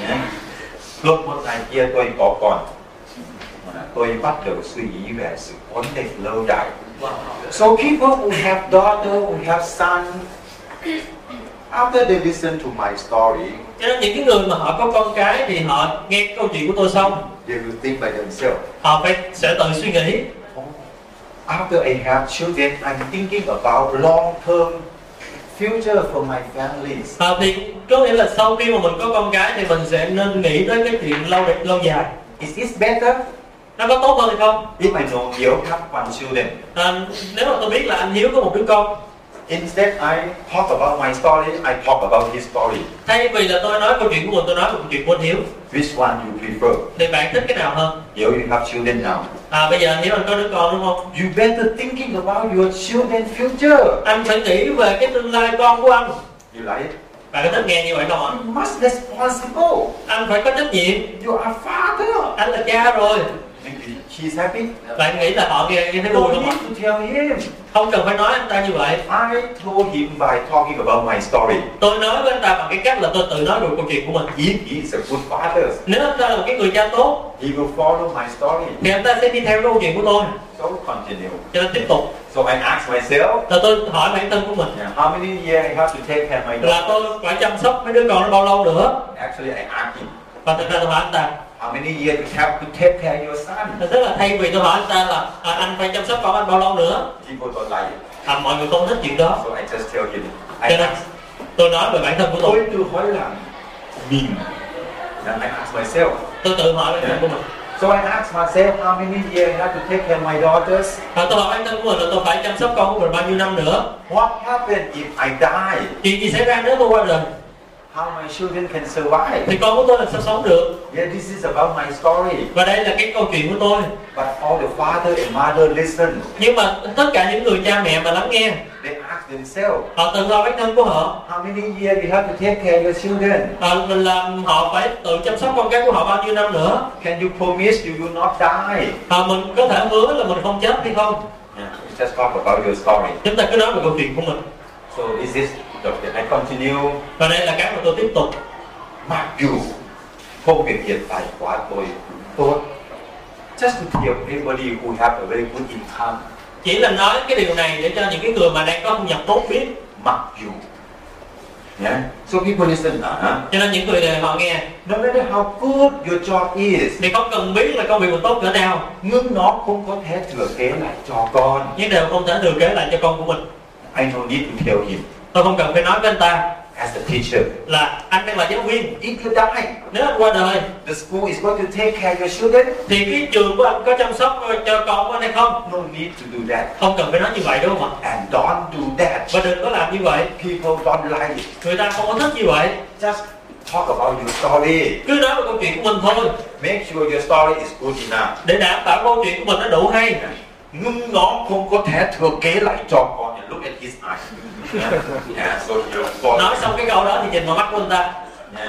S2: Nhé. Cướp một ngày kia tôi có còn Mà tôi bắt đầu suy nghĩ về sự ổn định lâu dài So people who have daughter, who have son After they listen to my story
S3: cho nên những cái người mà họ có con cái thì họ nghe cái câu chuyện của tôi xong
S2: They will think by themselves "Oh,
S3: họ phải sẽ tự suy nghĩ
S2: After I have children, I'm thinking about long-term future for my families.
S3: à, thì có nghĩa là sau khi mà mình có con cái thì mình sẽ nên nghĩ tới cái chuyện lâu đẹp lâu dài
S2: Is this better?
S3: nó có tốt hơn hay không
S2: If I know you have one children,
S3: à, nếu mà tôi biết là anh hiếu có một đứa con
S2: instead I talk about my story, I talk about his story.
S3: thay vì là tôi nói câu chuyện của mình tôi nói về câu chuyện của anh hiếu
S2: Which one you prefer?
S3: thì bạn thích cái nào hơn
S2: You you have children now.
S3: à, bây giờ anh hiếu anh có đứa con đúng không
S2: You better thinking about your children future.
S3: anh phải nghĩ về cái tương lai con của anh
S2: You like it?
S3: bạn có thích nghe như vậy không ạ
S2: You must responsible.
S3: anh phải có trách nhiệm
S2: You are father.
S3: anh là cha rồi
S2: Think She's happy.
S3: bạn nghĩ là họ nghe nghe thấy
S2: No
S3: vui không ạ
S2: need to tell him.
S3: không cần phải nói anh ta như vậy
S2: I told him by talking about my story.
S3: tôi nói với anh ta bằng cái cách là tôi tự nói được câu chuyện của mình
S2: If he is a good father,
S3: nếu anh ta là một cái người cha tốt
S2: he will follow my story.
S3: thì anh ta sẽ đi theo câu chuyện của tôi
S2: So continue.
S3: cho nên tiếp tục
S2: So I ask myself,
S3: là tôi hỏi bản thân của mình
S2: yeah, how many years I have to take care of my
S3: là
S2: daughter?
S3: tôi phải chăm sóc mấy đứa con nó bao lâu nữa
S2: Actually, I ask him,
S3: và thật ra tôi hỏi anh ta
S2: how many years you have to take care of your son?
S3: Thật tức là thay vì tôi hỏi anh ta là à, anh phải chăm sóc con anh bao lâu nữa
S2: People don't like it.
S3: à, mọi người không thích chuyện đó
S2: So I just tell him, I
S3: cho nên
S2: ask,
S3: tôi nói về bản thân của tôi
S2: tôi từ Hội Làng, mình Then I asked myself.
S3: tôi tự hỏi bản thân của mình
S2: So I asked myself how many years I have to take care of my daughters.
S3: và À, tôi hỏi bản thân của mình là tôi phải chăm sóc con của mình bao nhiêu năm nữa
S2: What happened if I die?
S3: chuyện gì xảy ra nếu tôi qua đời
S2: How my children can survive?
S3: thì con của tôi làm sao sống được
S2: Yeah, this is about my story.
S3: và đây là cái câu chuyện của tôi
S2: But all the father and mother listen.
S3: nhưng mà tất cả những người cha mẹ mà lắng nghe
S2: They ask themselves,
S3: họ tự lo bản thân của họ
S2: how many years you have to take care of your children?
S3: họ là họ phải tự chăm sóc con cái của họ bao nhiêu năm nữa
S2: Can you promise you will not die?
S3: họ mình có thể hứa là mình không chết hay không
S2: Yeah, we just talk about your story.
S3: chúng ta cứ nói về câu chuyện của mình
S2: So is this okay? I continue.
S3: và đây là cái mà tôi tiếp tục
S2: Mặc dù công việc hiện tại của tôi cũng tốt. Just to tell everybody who have a very good income.
S3: chỉ là nói cái điều này để cho những cái người mà đang có thu nhập tốt biết
S2: Mặc dù. Yeah. So people listen. Uh-huh.
S3: cho nên những người này họ nghe
S2: No matter how good your job is,
S3: thì không cần biết là công việc mình tốt cỡ nào
S2: nhưng nó không có thể thừa kế lại cho con.
S3: nhưng đều không thể thừa kế lại cho con của mình
S2: I no need to tell him.
S3: tôi không cần phải nói với anh ta
S2: As a teacher,
S3: là anh đang là giáo viên
S2: if you die,
S3: nếu anh qua đời
S2: the school is going to take care of your children.
S3: thì cái trường của anh có chăm sóc cho con của anh hay không
S2: No need to do that.
S3: không cần phải nói như vậy đúng không ạ
S2: And don't do that.
S3: và đừng có làm như vậy
S2: People don't like it.
S3: người ta không có thích như vậy
S2: Just talk about your story.
S3: cứ nói về câu chuyện của mình thôi
S2: Make sure your story is good enough.
S3: để đảm bảo câu chuyện của mình nó đủ hay
S2: Nhưng nó không có thể thừa kế lại cho con. And Look at his eyes. Yeah. Yeah, so your
S3: nói
S2: story.
S3: xong cái câu đó thì nhìn vào mắt của anh ta
S2: Yeah.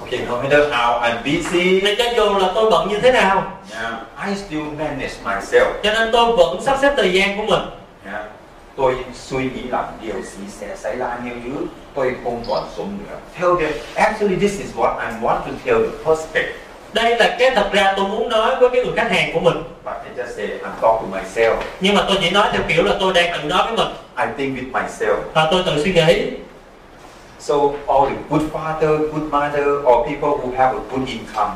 S2: Okay, no matter how I'm busy,
S3: nên cho dù là tôi bận như thế nào
S2: yeah, I still manage myself.
S3: cho nên tôi vẫn sắp xếp thời gian của mình
S2: Yeah. Tôi suy nghĩ rằng điều gì sẽ xảy ra nếu như tôi không còn sống nữa. Theo them, actually this is what I want to tell the prospect.
S3: đây là cái thật ra tôi muốn nói với cái người khách hàng của mình
S2: But I just say I'm talking to myself.
S3: nhưng mà tôi chỉ nói theo kiểu là tôi đang tự nói với mình
S2: I think with myself.
S3: và tôi tự suy nghĩ
S2: So all the good father, good mother, or people who have a good income,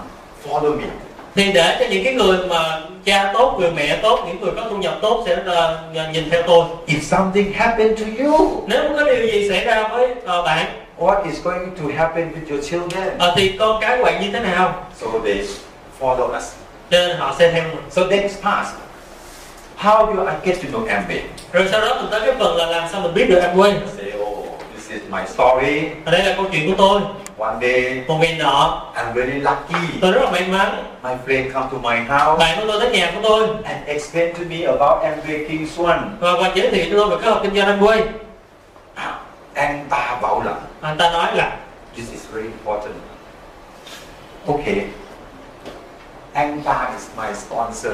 S2: follow me.
S3: thì để cho những cái người mà cha tốt người mẹ tốt những người có thu nhập tốt sẽ ờ, nhìn theo tôi
S2: If something happened to you,
S3: nếu có điều gì xảy ra với ờ, bạn
S2: what is going to happen with your children?
S3: ờ, thì con cái của bạn như thế nào
S2: So they follow us.
S3: cho nên họ sẽ theo mình
S2: So then it's past. How do I get to know MB?
S3: rồi sau đó mình tới cái phần là làm sao mình biết được em quên
S2: Say, oh, this is my story.
S3: ở đây là câu chuyện của tôi
S2: One day,
S3: một ngày nọ
S2: I'm very lucky.
S3: tôi rất là may mắn
S2: My friend come to my house
S3: bạn của tôi tới nhà của tôi
S2: and explain to me about MB King Swan.
S3: và, và giới thiệu cho tôi về cái hợp kinh doanh em quên
S2: Ah, Anh ta bảo là
S3: anh ta nói là
S2: This is very important. Okay. Anta is my sponsor.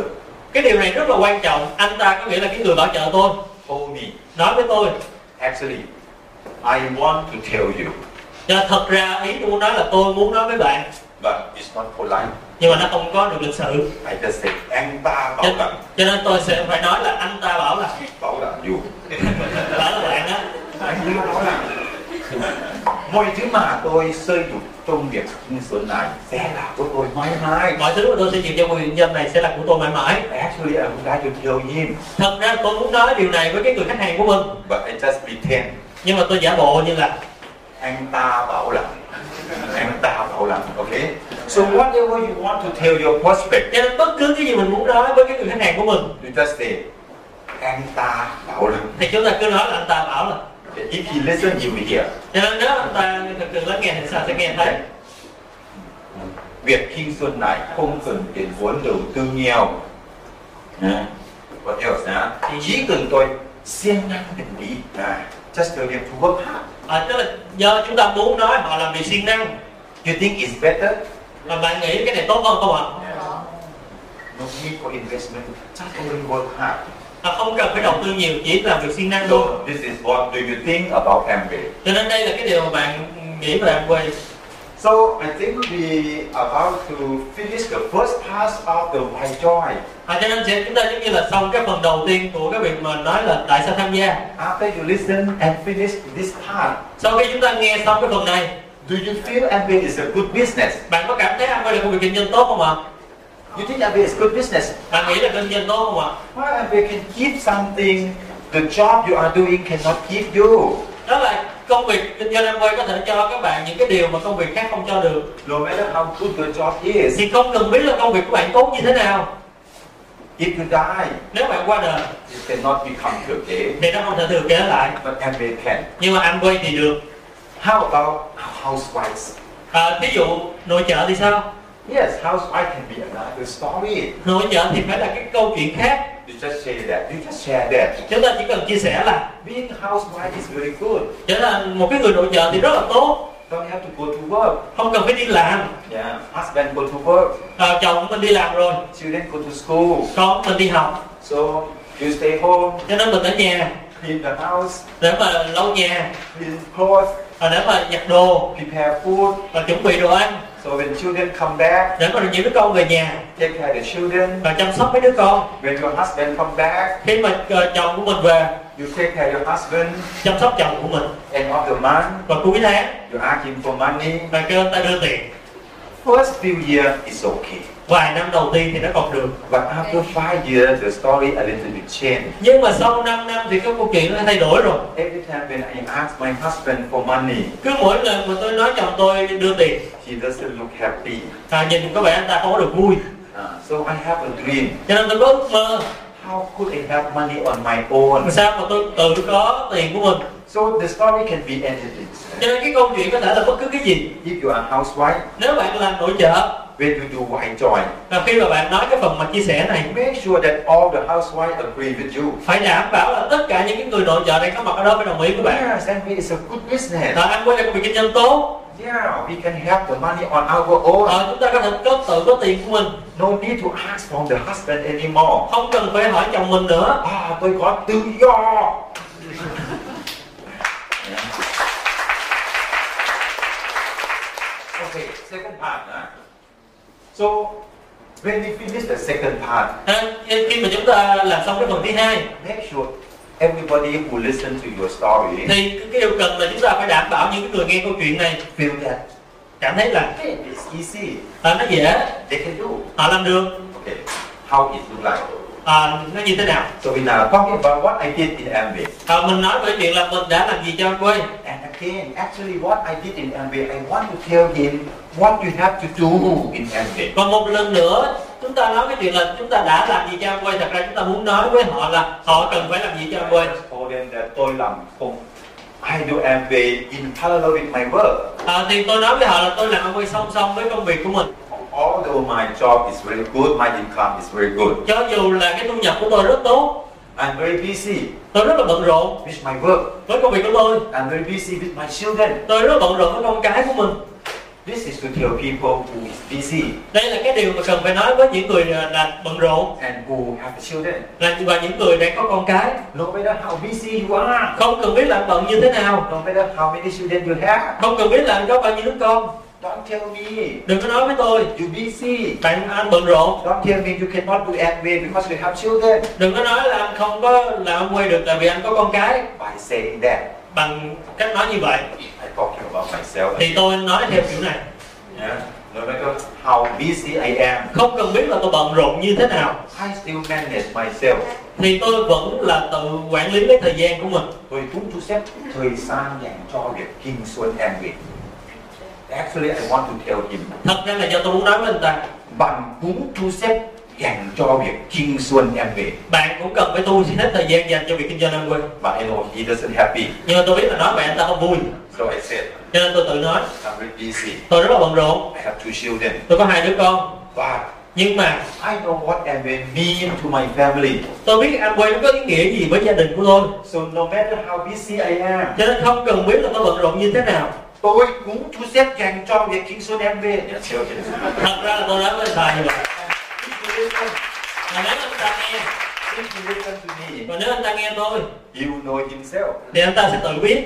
S3: cái điều này rất là quan trọng anh ta có nghĩa là cái người bảo trợ tôi
S2: Told me.
S3: nói với tôi
S2: Actually, I want to tell you,
S3: cho thật ra ý tôi muốn nói là tôi muốn nói với bạn
S2: but it's not polite.
S3: nhưng mà nó không có được lịch sự
S2: I just say Anta
S3: cho,
S2: bảo rằng,
S3: cho nên tôi sẽ phải nói là anh ta bảo là
S2: bảo rằng you.
S3: bảo là bạn á
S2: Anh ta nói rằng mọi thứ mà tôi xây dựng trong việc kinh doanh này sẽ là của tôi mãi mãi.
S3: mọi thứ mà tôi sẽ chịu trong quyền doanh này sẽ là của tôi mãi mãi
S2: Actually, I would like to tell him,
S3: thật ra tôi muốn nói điều này với cái người khách hàng của mình
S2: but I just pretend.
S3: nhưng mà tôi giả bộ như là
S2: anh ta bảo là anh ta bảo là okay so whatever you want to tell your prospect
S3: cho nên bất cứ cái gì mình muốn nói với cái người khách hàng của mình
S2: you just say anh ta bảo là
S3: thì chúng ta cứ nói là anh ta bảo là
S2: if he listen you will hear
S3: cho nên nếu anh ta thực sự lắng nghe thì sao sẽ nghe thấy
S2: việc kinh doanh này không cần tiền vốn đầu tư nhiều Nè, what else hả? chỉ cần tôi siêng năng định lý
S3: Dạ.
S2: à, just tell them to work hard
S3: à, tức là do chúng ta muốn nói họ làm việc siêng năng
S2: you think it's better
S3: mà bạn nghĩ cái này tốt hơn không ạ
S2: no need for investment just only work hard
S3: à, không cần phải đầu tư nhiều chỉ làm việc siêng năng thôi
S2: so this is what do you think about Amway
S3: cho nên đây là cái điều mà bạn nghĩ về bạn quay
S2: So I think we about to finish the first part of the My Joy.
S3: à, cho nên sẽ- chúng ta giống như là xong cái phần đầu tiên của cái việc mà nói là tại sao tham gia
S2: After you listen and finish this part,
S3: sau khi chúng ta nghe xong cái phần này
S2: do you feel MBA is a good business?
S3: bạn có cảm thấy ăn quay là công việc kinh doanh tốt không ạ
S2: You think MBA is good business?
S3: bạn nghĩ là kinh doanh tốt không ạ
S2: Why MBA can give something the job you are doing cannot give you?
S3: đó là công việc kinh doanh Amway có thể cho các bạn những cái điều mà công việc khác không cho được
S2: No matter how good your job is,
S3: thì không cần biết là công việc của bạn tốt như thế nào
S2: if you die,
S3: nếu bạn qua đời
S2: it cannot become your day.
S3: thì nó không thể thừa kế lại
S2: But MBA can.
S3: nhưng mà Amway thì được
S2: How about housewives?
S3: à, thí dụ nội trợ thì sao
S2: Yes, housewife can be another story.
S3: nội trợ thì phải là cái câu chuyện khác
S2: You just say that. You just share that.
S3: chúng ta chỉ cần chia sẻ là
S2: Being housewife is very good.
S3: trở thành một cái người nội trợ thì rất là tốt
S2: Don't have to go to work.
S3: không cần phải đi làm
S2: Yeah. Husband go to work.
S3: à, chồng mình đi làm rồi
S2: Children go to school.
S3: con mình đi học
S2: So you stay home,
S3: cho nên mình ở nhà
S2: clean the house,
S3: để mà lau nhà
S2: clean clothes,
S3: à, để mà giặt đồ
S2: prepare food.
S3: và chuẩn bị đồ ăn
S2: So when children come back,
S3: để mà những đứa con về nhà
S2: take care of the children.
S3: và chăm sóc mấy đứa con
S2: When your husband come back,
S3: khi mà ờ, chồng của mình về
S2: you take care of your husband.
S3: chăm sóc chồng của mình
S2: End of the month,
S3: và cuối tháng
S2: you ask him for money.
S3: và kêu anh ta đưa tiền
S2: First few years is okay,
S3: vài năm đầu tiên thì nó còn được
S2: but after five years, the story a little bit changed.
S3: nhưng mà sau 5 năm thì cái câu chuyện nó thay đổi rồi
S2: Every time when I ask my husband for money,
S3: cứ mỗi lần mà tôi nói chồng tôi đưa tiền
S2: he doesn't look happy.
S3: à, nhìn có vẻ anh ta không có được vui
S2: Uh, so I have a dream.
S3: cho nên tôi có ước mơ
S2: How could I have money on my own?
S3: làm sao mà tôi tự có tiền của mình
S2: So the story can be edited.
S3: cho nên cái câu chuyện có thể là bất cứ cái gì
S2: If you are a housewife,
S3: nếu bạn làm nội trợ
S2: when you do white joy,
S3: và khi mà bạn nói cái phần mà chia sẻ này
S2: make sure that all the housewives agree with you.
S3: phải đảm bảo là tất cả những cái người nội trợ đang có mặt ở đó phải đồng ý với bạn
S2: Yes, MBA is a good business.
S3: Ờ, anh quay lại công việc kinh doanh tốt
S2: Yeah, we can have the money on our own.
S3: Ờ, chúng ta có thể có tự có tiền của mình
S2: No need to ask from the husband anymore.
S3: không cần phải hỏi chồng mình nữa
S2: À, tôi có tự do. okay, second part. ah. So, when we finish the second part,
S3: à, khi mà chúng ta làm xong cái phần thứ hai
S2: make sure everybody who listen to your story
S3: thì cái điều cần là chúng ta phải đảm bảo những cái người nghe câu chuyện này
S2: feel that
S3: cảm thấy là
S2: hey, it's easy.
S3: à, nó dễ
S2: They can do.
S3: họ làm được
S2: Okay. How it look like?
S3: à, nó như thế nào
S2: So we now talking about what I did in MBA.
S3: à, mình nói về chuyện là mình đã làm gì cho anh quay
S2: And again, actually what I did in MBA, I want to tell him what you have to do in MBA.
S3: còn một lần nữa chúng ta nói cái chuyện là chúng ta đã làm gì cho anh quay thật ra chúng ta muốn nói với họ là họ cần phải làm gì cho anh quay
S2: I told them that tôi làm cùng I do MBA in parallel with my work.
S3: À, thì tôi nói với họ là tôi làm ông quay song song với công việc của mình
S2: Although my job is very good, my income is very good.
S3: cho dù là cái thu nhập của tôi rất tốt
S2: I'm very busy
S3: tôi rất là bận rộn
S2: with my work.
S3: với công việc của tôi
S2: I'm very busy with my children.
S3: tôi rất bận rộn với con cái của mình
S2: This is to tell people who is busy
S3: đây là cái điều mà cần phải nói với những người là- là bận rộn
S2: and who have children.
S3: là và những người đang có con cái
S2: No matter how busy you are,
S3: không cần biết là anh bận như thế nào
S2: no matter how many children you have,
S3: không cần biết là anh có bao nhiêu đứa con
S2: don't tell me
S3: đừng có nói với tôi
S2: you're busy.
S3: bạn anh bận rộn
S2: Don't tell me you cannot do MBA because you have children.
S3: đừng có nói là anh không có là ông quay được tại vì anh có con cái
S2: By saying that,
S3: bằng cách nói như vậy
S2: I talking about myself.
S3: thì tôi nói theo kiểu này
S2: Yeah. No matter how busy I am,
S3: không cần biết là tôi bận rộn như thế nào
S2: I still manage myself.
S3: thì tôi vẫn là tự quản lý cái thời gian của mình
S2: Tôi cũng thu xếp thời gian dành cho việc kinh doanh MBA. Actually, I want to tell him
S3: thật ra là do tôi muốn nói với anh ta
S2: bạn cũng thu xếp dành cho việc kinh doanh em về
S3: bạn cũng cần phải tu hết thời gian dành cho việc kinh doanh ăn quên
S2: but I know he doesn't happy
S3: nhưng mà tôi biết là nói vậy anh ta không vui
S2: so I said
S3: cho nên tôi tự nói
S2: I'm very busy
S3: tôi rất là bận rộn
S2: I have two children
S3: tôi có hai đứa con
S2: but
S3: nhưng mà
S2: I know what MBA mean to my family
S3: tôi biết ăn quên nó có ý nghĩa gì với gia đình của tôi
S2: so no matter how busy I am
S3: cho nên không cần biết là tôi bận rộn như thế nào
S2: tôi cũng thu xếp dành cho việc kinh doanh em về
S3: thật ra là tôi nói với anh ta như vậy mà nếu anh ta nghe và nếu anh ta nghe tôi
S2: You know himself
S3: thì anh ta sẽ tự biết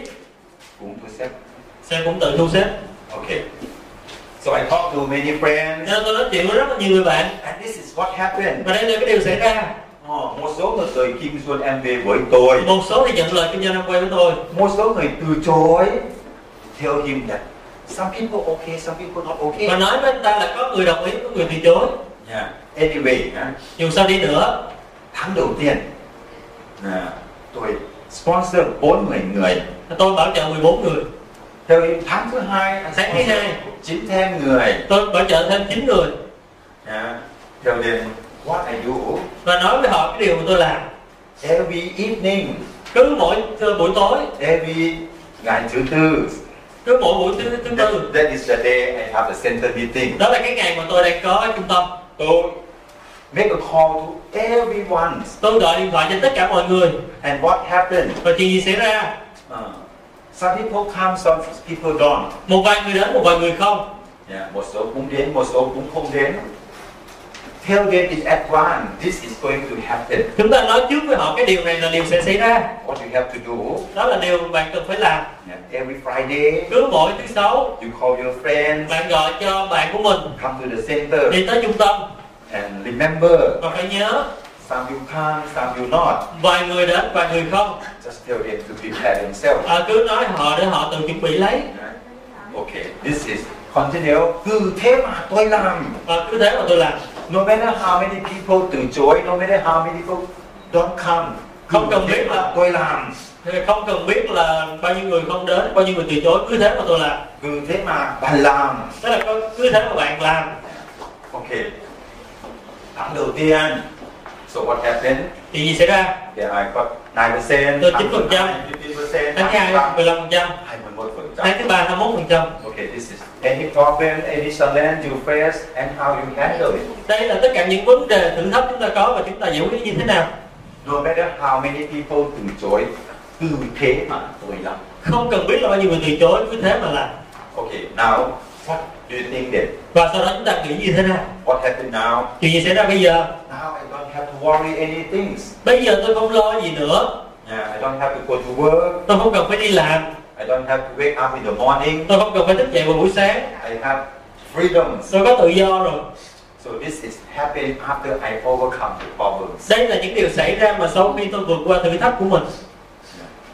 S2: cũng thu xếp
S3: sẽ cũng tự thu xếp
S2: okay so I talk to many
S3: cho
S2: friends
S3: nên tôi nói chuyện với rất là nhiều người bạn
S2: and this is what happened
S3: và đây là cái điều xảy ra
S2: Ờ, một số người rời kinh doanh em về với tôi
S3: một số thì nhận lời kinh doanh năm quay với tôi
S2: một số người từ chối theo him that some people okay some people not okay
S3: và nói với anh ta là có người đồng ý có người từ chối
S2: yeah. anyway ha,
S3: dù sao đi nữa
S2: tháng đầu tiên là tôi sponsor 40 người
S3: tôi bảo trợ 14 người
S2: Tới tháng thứ hai
S3: Tháng thứ hai.
S2: chín thêm người
S3: tôi bảo trợ thêm 9 người
S2: à, Theo liền What I do
S3: và nói với họ cái điều mà tôi làm
S2: Every evening
S3: cứ mỗi cứ buổi tối
S2: Every ngày thứ tư
S3: cứ mỗi buổi thứ thứ tư
S2: that, that is the day I have a center meeting
S3: đó là cái ngày mà tôi đang có ở trung tâm
S2: Tôi make a call to everyone
S3: tôi gọi điện thoại cho tất cả mọi người
S2: And what happened?
S3: và chuyện gì xảy ra
S2: Uh, some people come, some people don't
S3: một vài người đến một vài người không
S2: Yeah, một số cũng đến, một số cũng không đến. Tell them in advance, this is going to happen.
S3: chúng ta nói trước với họ cái điều này là điều sẽ xảy ra
S2: What you have to do,
S3: đó là điều bạn cần phải làm
S2: yeah, every Friday,
S3: cứ mỗi thứ sáu
S2: you call your friends,
S3: bạn gọi cho bạn của mình
S2: come to the center,
S3: đi tới trung tâm
S2: and remember,
S3: và phải nhớ
S2: some you come, some you not.
S3: vài người đến vài người không
S2: Just tell them to prepare themselves.
S3: à, cứ nói họ để họ tự chuẩn bị lấy
S2: Yeah. Okay, this is continue. Cứ thế mà tôi làm.
S3: và À, cứ thế mà tôi làm
S2: No matter how many people từ chối, no matter how many people don't come. Cứ
S3: Không cần
S2: thế
S3: biết
S2: mà
S3: là-
S2: tôi làm.
S3: Thì không cần biết là bao nhiêu người không đến bao nhiêu người từ chối cứ thế mà tôi làm
S2: Cứ thế mà bạn làm.
S3: tức là có- cứ thế mà bạn làm
S2: Ok. Tháng đầu tiên, so what happened?
S3: thì gì xảy ra
S2: Then I got 9%,
S3: Tôi 9%.
S2: tháng thứ hai, 15%,
S3: tháng hai
S2: tháng
S3: 15 phần
S2: hai, 21%.
S3: trăm tháng thứ ba 51 phần trăm
S2: Okay, this is any problem, any challenge you face and how you handle it.
S3: đây là tất cả những vấn đề thử thách chúng ta có và chúng ta giải quyết như thế nào
S2: No matter how many people từ chối, cứ thế mà tôi làm.
S3: không cần biết là bao nhiêu người từ chối cứ thế mà làm
S2: Okay, now what do you think then?
S3: và sau đó chúng ta nghĩ như thế nào
S2: What happened now?
S3: chuyện gì xảy ra bây giờ
S2: Now I don't have to worry anything.
S3: bây giờ tôi không lo gì nữa
S2: Yeah, I don't have to go to work.
S3: tôi không cần phải đi làm
S2: I don't have to wake up in the morning.
S3: tôi không cần phải thức dậy vào buổi sáng
S2: I have freedoms.
S3: tôi có tự do rồi
S2: So this is happening after I overcome the problems.
S3: đây là những điều xảy ra mà sau khi tôi vượt qua thử thách của mình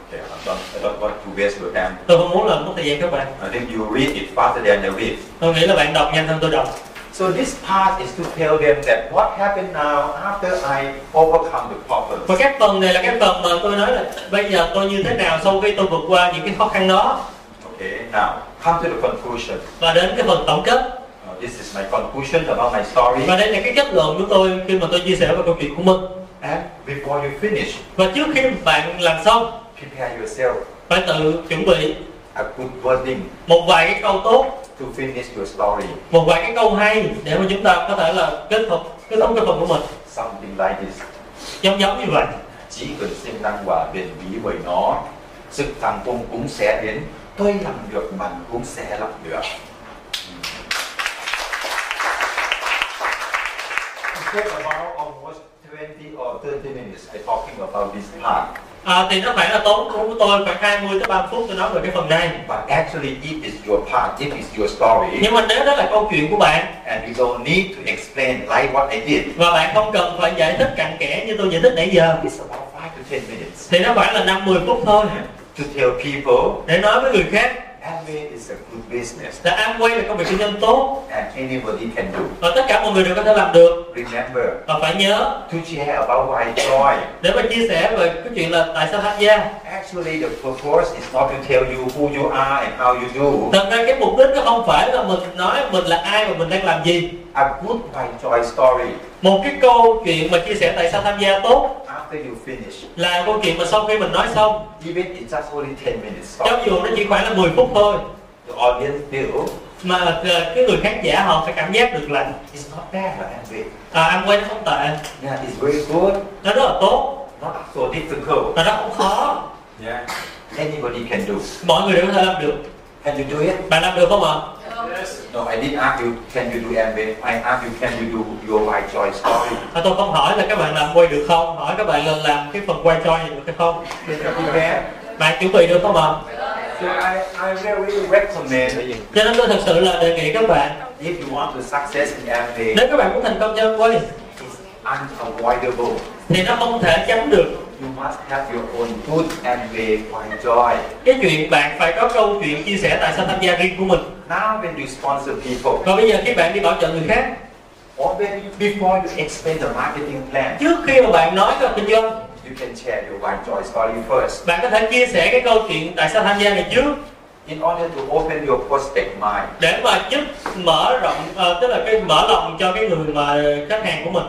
S2: Okay, I don't, I don't want to waste your time.
S3: tôi không muốn làm mất thời gian các bạn
S2: I think you read it faster than I read.
S3: tôi nghĩ là bạn đọc nhanh hơn tôi đọc
S2: So this part is to tell them that what happened now after I overcome the problems.
S3: và các phần này là các phần mà tôi nói là bây giờ tôi như thế nào sau khi tôi vượt qua những cái khó khăn đó
S2: Okay, now come to the conclusion.
S3: và đến cái phần tổng kết
S2: Uh, this is my conclusion about my story.
S3: và đây là cái kết luận của tôi khi mà tôi chia sẻ về câu chuyện của mình
S2: And before you finish,
S3: và trước khi bạn làm xong
S2: prepare yourself
S3: phải tự chuẩn bị
S2: a good wording
S3: một vài cái câu tốt
S2: to finish your story.
S3: một vài cái câu hay để mà chúng ta có thể là kết thúc kết thúc cái phần của mình
S2: Something like this.
S3: giống giống như vậy
S2: chỉ cần siêng năng và bền bỉ với nó sự thành công cũng sẽ đến tôi làm được bạn cũng sẽ làm được It took about almost 20 or 30 minutes I talking about this part
S3: à, thì nó phải là tốn của tôi khoảng 20 tới 30 phút tôi nói về cái phần này
S2: but actually it is your part it is your story
S3: nhưng mà nếu đó là câu chuyện của bạn
S2: and you don't need to explain like what I did
S3: và bạn không cần phải giải thích cặn kẽ như tôi giải thích nãy giờ
S2: it's about 5 to 10 minutes
S3: thì nó phải là 50 phút thôi
S2: to tell people
S3: để nói với người khác
S2: Amway is a good business
S3: là Amway là công việc kinh doanh tốt
S2: and anybody can do
S3: và tất cả mọi người đều có thể làm được
S2: remember
S3: và phải nhớ
S2: to share about why joy.
S3: để mà chia sẻ về cái chuyện là tại sao tham gia
S2: Actually, the purpose is not to tell you who you are and how you do.
S3: thật ra cái mục đích nó không phải là mình nói mình là ai và mình đang làm gì
S2: A good why joy story.
S3: một cái câu chuyện mà chia sẻ tại sao tham gia tốt
S2: After you finish,
S3: là câu chuyện mà sau khi mình nói xong
S2: even it's just only 10 minutes
S3: cho
S2: talk,
S3: dù nó chỉ khoảng là 10 phút thôi
S2: the audience feel
S3: mà ờ, cái người khán giả họ phải cảm giác được là
S2: it's not bad and big.
S3: à, Amway nó không tệ
S2: Yeah, it's very good,
S3: nó rất là tốt
S2: not so difficult.
S3: và nó không khó
S2: Yeah. Anybody can do.
S3: mọi người đều có thể làm được
S2: Can you do it?
S3: bạn làm được không ạ
S2: No, I didn't ask you, can you do MBA? I asked you, can you do your why joy story?
S3: à, tôi không hỏi là các bạn làm quay được không hỏi các bạn là làm cái phần quay cho này được hay không
S2: Can you prepare?
S3: bạn chuẩn bị được không ạ
S2: So I, I really recommend
S3: cho nên tôi thật sự là đề nghị các bạn
S2: If you want to success in MBA,
S3: nếu các bạn muốn thành công cho quay
S2: it's unavoidable.
S3: thì nó không thể tránh được
S2: You must have your own good MBA by joy.
S3: cái chuyện bạn phải có câu chuyện chia sẻ tại sao tham gia riêng của mình
S2: Now when you sponsor people,
S3: và bây giờ khi bạn đi bảo trợ người khác
S2: or when you, before you explain the marketing plan,
S3: trước khi mà bạn nói về kinh doanh
S2: you can share your white joy story first
S3: bạn có thể chia sẻ cái câu chuyện tại sao tham gia này trước
S2: in order to open your prospect mind
S3: để mà giúp mở rộng ờ, tức là cái mở lòng cho cái người mà khách hàng của mình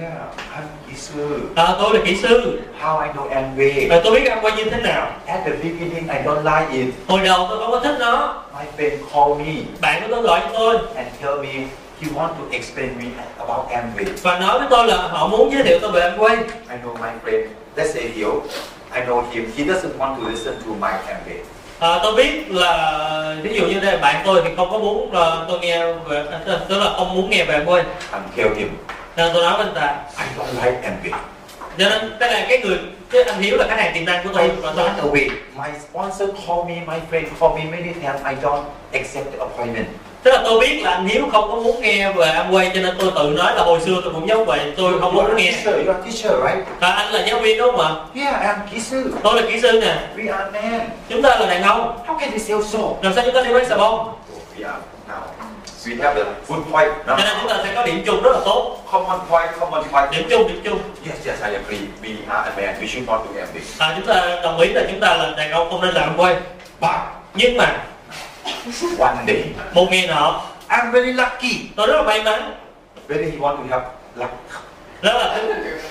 S2: yeah I'm Isu
S3: à, tôi là kỹ sư
S2: how I know Amway
S3: à, tôi biết ăn quay như thế nào
S2: at the beginning I don't like it
S3: hồi đầu tôi không có thích nó
S2: my friend call me
S3: bạn của tôi gọi cho tôi
S2: and tell me he want to explain me about Amway
S3: và nói với tôi là họ muốn giới thiệu tôi về ăn quay
S2: I know my friend that's Elio I know him he doesn't want to listen to my Amway
S3: à, tôi biết là ví dụ như đây bạn tôi thì không có muốn ờ, tôi nghe về à, tức- tức là không muốn nghe về ăn quay
S2: and tell him
S3: nên tôi nói với anh ta
S2: I don't like Amway
S3: cho nên đây là cái người cái anh hiếu là khách hàng tiềm năng của
S2: I
S3: tôi và tôi
S2: run away. My sponsor called me, my friend called me many times. I don't accept the appointment.
S3: tức là tôi biết là anh hiếu không có muốn nghe về ăn quay cho nên tôi tự nói là hồi xưa tôi cũng giống vậy tôi không
S2: you are
S3: muốn
S2: a
S3: nghe
S2: teacher, you are teacher, right?
S3: à, anh là giáo viên đúng không ạ
S2: Yeah, I'm Kisu.
S3: tôi là kỹ sư nè
S2: We are men.
S3: chúng ta là đàn ông
S2: How can we sell soap?
S3: làm sao chúng ta đi bán xà bông
S2: We are now. We have a good point
S3: cho nên chúng ta sẽ có điểm chung rất là tốt
S2: Common point, common point.
S3: điểm chung điểm chung
S2: Yes, yes, I agree. We are a man. We should not do everything.
S3: à, chúng ta đồng ý là chúng ta là đàn ông không nên làm quay
S2: But
S3: nhưng mà
S2: one day,
S3: một ngày nọ
S2: I'm very lucky.
S3: tôi rất là may mắn
S2: Whether he want to have luck.
S3: đó là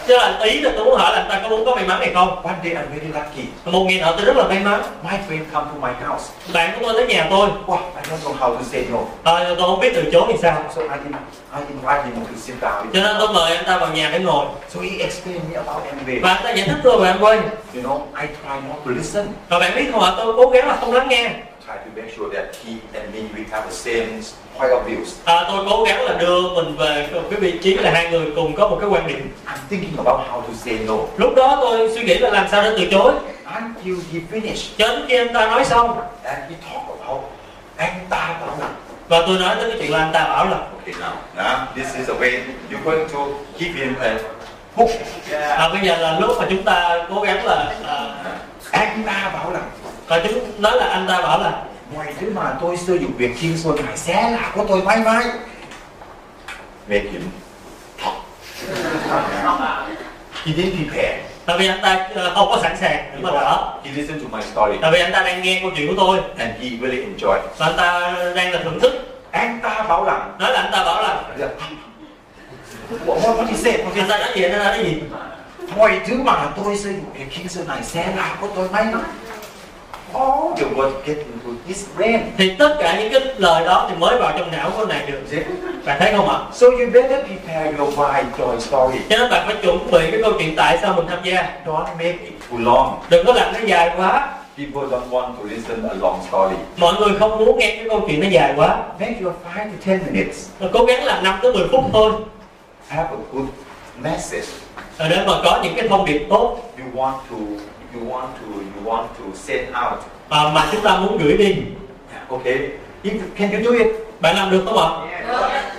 S3: đó là ý là tôi muốn hỏi là anh ta có muốn có may mắn hay không
S2: One day, I'm very lucky.
S3: một ngày nọ tôi rất là may mắn
S2: My friend come to my house.
S3: bạn của tôi tới nhà tôi
S2: Wow, I don't know how to say no.
S3: à, tôi không biết từ chối thì sao
S2: So I didn't, I didn't invite him to sit down.
S3: cho nên tôi mời anh ta vào nhà để ngồi
S2: So he explained me about MBA.
S3: và anh ta giải thích tôi về ăn quay
S2: You know, I try not to listen.
S3: và bạn biết không ạ tôi cố gắng là không lắng nghe
S2: Try to make sure that he and me we have the same point of views.
S3: À, tôi cố gắng là đưa mình về một cái vị trí là hai người cùng có một cái quan điểm.
S2: I'm thinking about how to say no
S3: Lúc đó tôi suy nghĩ là làm sao để từ chối.
S2: until he finished.
S3: Cho đến khi anh ta nói xong
S2: And he talked about Anta Bala.
S3: và tôi nói tới cái chuyện là anh ta bảo là
S2: Okay, now, now this is the way you're going to give him a hook. Yeah.
S3: à, bây giờ là lúc mà chúng ta cố gắng là à,
S2: Anta Bala.
S3: và chúng nói là anh ta bảo là
S2: Ngoài thứ mà tôi sử dụng việc thiên xuân hải xé là của tôi mãi mãi. Make him talk. he didn't prepare.
S3: tại vì anh ta ờ, không có sẵn sàng để mà đỡ.
S2: He listened to my story
S3: Tại vì anh ta đang nghe câu chuyện của tôi
S2: and he really enjoyed.
S3: và anh ta đang là thưởng thức.
S2: Anh ta bảo rằng
S3: Nói là anh ta bảo là
S2: What what he said, what he
S3: anh ta nói gì anh ta nói gì.
S2: said. Mọi thứ mà tôi sử dụng việc thiên xuân này sẽ là của tôi mãi mãi. All the words get into his brain.
S3: Thì tất cả những cái lời đó thì mới vào trong não của anh này được.
S2: Is it?
S3: Bạn thấy không ạ?
S2: So you better prepare your why joy story.
S3: cho nên bạn phải chuẩn bị cái câu chuyện tại sao mình tham gia
S2: Don't make it too long.
S3: đừng có làm nó dài quá
S2: People don't want to listen a long story.
S3: mọi người không muốn nghe cái câu chuyện nó dài quá
S2: Make your five to ten minutes.
S3: Rồi cố gắng làm 5 tới 10 phút thôi
S2: Have a good message.
S3: Rồi để mà có những cái thông điệp tốt
S2: You want to, you want to, you want to send out.
S3: mà, ờ, mà chúng ta muốn gửi đi
S2: Okay. If, can you do it?
S3: bạn làm được không ạ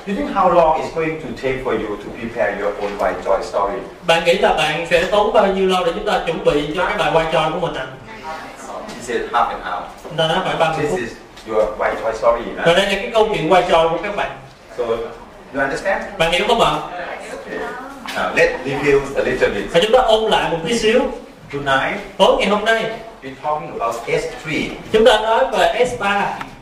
S2: Do you think how long it's going to take for you to prepare your own white joy story?
S3: bạn nghĩ là bạn sẽ tốn bao nhiêu lâu để chúng ta chuẩn bị cho cái bài quay trò của mình ạ
S2: He said half an hour.
S3: chúng ta nói phải 30
S2: This
S3: phút
S2: is your white joy story. you know?
S3: rồi đây là cái câu chuyện quay trò của các bạn
S2: So you understand?
S3: bạn hiểu không ạ
S2: Okay. Now let's review a little bit.
S3: và chúng ta ôn lại một tí xíu
S2: Tonight
S3: tối ngày hôm nay
S2: we're talking about S3.
S3: chúng ta nói về S3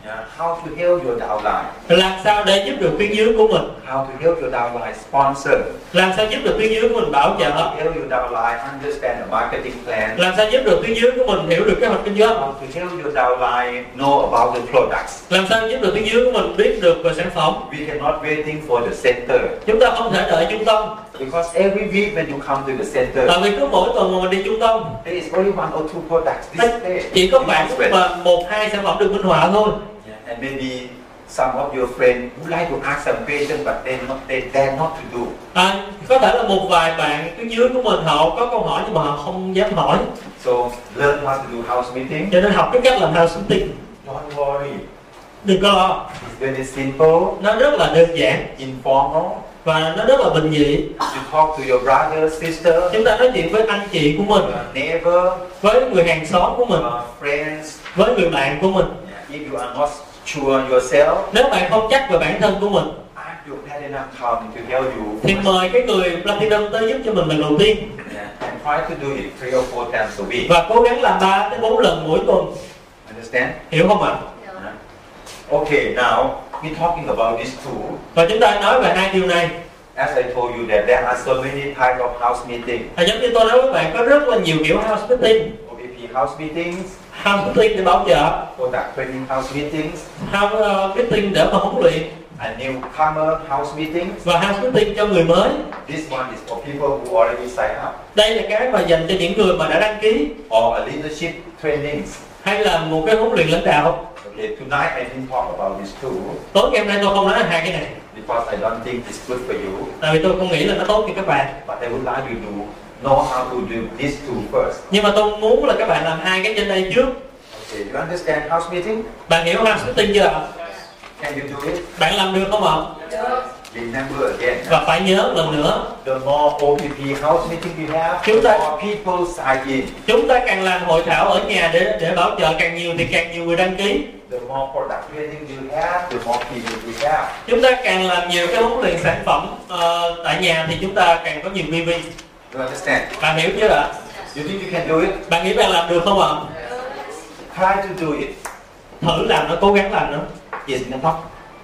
S2: yeah, How to help your downline.
S3: làm sao để giúp được tuyến dưới của mình
S2: How to help your downline sponsor.
S3: làm sao giúp được tuyến dưới của mình bảo trợ
S2: How to help your downline understand the marketing plan.
S3: làm sao giúp được tuyến dưới của mình hiểu được kế hoạch kinh doanh
S2: How to help your downline know about the products.
S3: làm sao giúp được tuyến dưới của mình biết được về sản phẩm
S2: We cannot waiting for the center.
S3: chúng ta không thể đợi trung tâm
S2: Because every week when you come to the center,
S3: tại vì cứ mỗi tuần mà mình đi trung tâm
S2: there is only one or two products
S3: ta
S2: displayed.
S3: chỉ có
S2: in
S3: khoảng
S2: this way.
S3: mà một hai sản phẩm được minh họa thôi
S2: Yeah, And maybe some of your friends would like to ask some question, but they not they dare not to do.
S3: à, có thể là một vài bạn tuyến dưới của mình họ có câu hỏi nhưng mà họ không dám hỏi
S2: So learn how to do house meeting.
S3: cho nên học cái cách làm nào xúc tiến
S2: Don't worry.
S3: đừng có lo
S2: It's very simple,
S3: nó rất là đơn giản
S2: informal.
S3: và nó rất là bình dị
S2: You talk to your brother, sister,
S3: chúng ta nói chuyện với anh chị của mình
S2: your neighbor,
S3: với người hàng xóm của mình
S2: your friends.
S3: với người bạn của mình
S2: Yeah, If you are not sure yourself,
S3: nếu bạn không chắc về bản thân của mình
S2: ask your platinum come to help you.
S3: thì mời cái người platinum tới giúp cho mình lần đầu tiên
S2: Yeah, and and try to do it three or four times a week.
S3: và cố gắng làm 3 đến 4 lần mỗi tuần
S2: Understand?
S3: hiểu không ạ
S2: Yeah. Okay, now we're talking about these two.
S3: và chúng ta nói về hai điều này
S2: As I told you that there are so many types of house meeting.
S3: và giống như tôi nói với bạn có rất là nhiều kiểu house meeting
S2: OPP house meetings,
S3: house meeting để bảo trợ
S2: product training house meetings,
S3: house ờ, meeting để mà huấn luyện
S2: a newcomer house meeting.
S3: và house meeting cho người mới
S2: This one is for people who already sign up.
S3: đây là cái mà dành cho những người mà đã đăng ký
S2: Or a leadership trainings.
S3: hay là một cái huấn luyện lãnh đạo
S2: Okay, tonight I didn't talk about these two
S3: tối ngày hôm nay tôi không nói hai cái này
S2: because I don't think it's good for you.
S3: tại vì tôi không nghĩ là nó tốt cho các bạn
S2: But I would like you to know how to do these two first.
S3: nhưng mà tôi muốn là các bạn làm hai cái trên đây trước
S2: Okay, you understand house meeting?
S3: bạn hiểu house meeting chưa ạ
S2: Can you do it?
S3: bạn làm được không ạ
S2: Remember again.
S3: và phải nhớ lần nữa
S2: The more OPP house meeting we have,
S3: Chúng
S2: the
S3: ta-
S2: more people sign in,
S3: chúng ta càng làm hội thảo ở nhà để để bảo trợ càng nhiều thì càng nhiều người đăng ký
S2: the more product training you have, the more people you have.
S3: chúng ta càng làm nhiều cái huấn luyện sản phẩm ờ, tại nhà thì chúng ta càng có nhiều VV
S2: You understand?
S3: bạn hiểu chưa ạ
S2: You think you can do it?
S3: bạn nghĩ bạn làm được không ạ
S2: Try to do it.
S3: thử làm nó cố gắng làm nó
S2: It's not,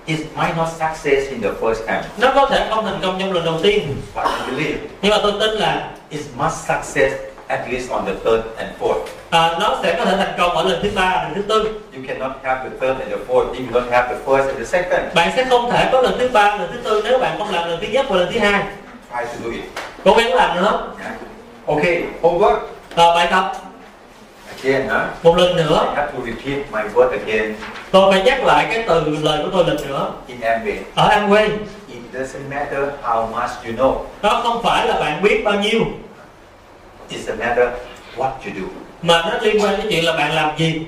S2: it might not success in the first time,
S3: nó có thể không thành công trong lần đầu tiên
S2: but I believe
S3: nhưng mà tôi tin là
S2: it must success at least on the third and fourth.
S3: à, nó sẽ có thể thành công ở lần thứ ba lần thứ tư
S2: You cannot have the third and the fourth if you don't have the first and the second.
S3: bạn sẽ không thể có lần thứ ba lần thứ tư nếu bạn không làm lần thứ nhất và lần thứ hai
S2: Try to do it.
S3: cố gắng làm nữa
S2: yeah? Okay, homework.
S3: và bài tập
S2: Again, huh?
S3: một lần
S2: I
S3: nữa
S2: have to repeat my word again
S3: tôi phải nhắc lại cái từ lời của tôi lần nữa
S2: in Amway.
S3: ở An Quên
S2: It doesn't matter how much you know.
S3: nó không phải là bạn biết bao nhiêu
S2: It's a matter what you do.
S3: mà nó liên quan đến chuyện là bạn làm gì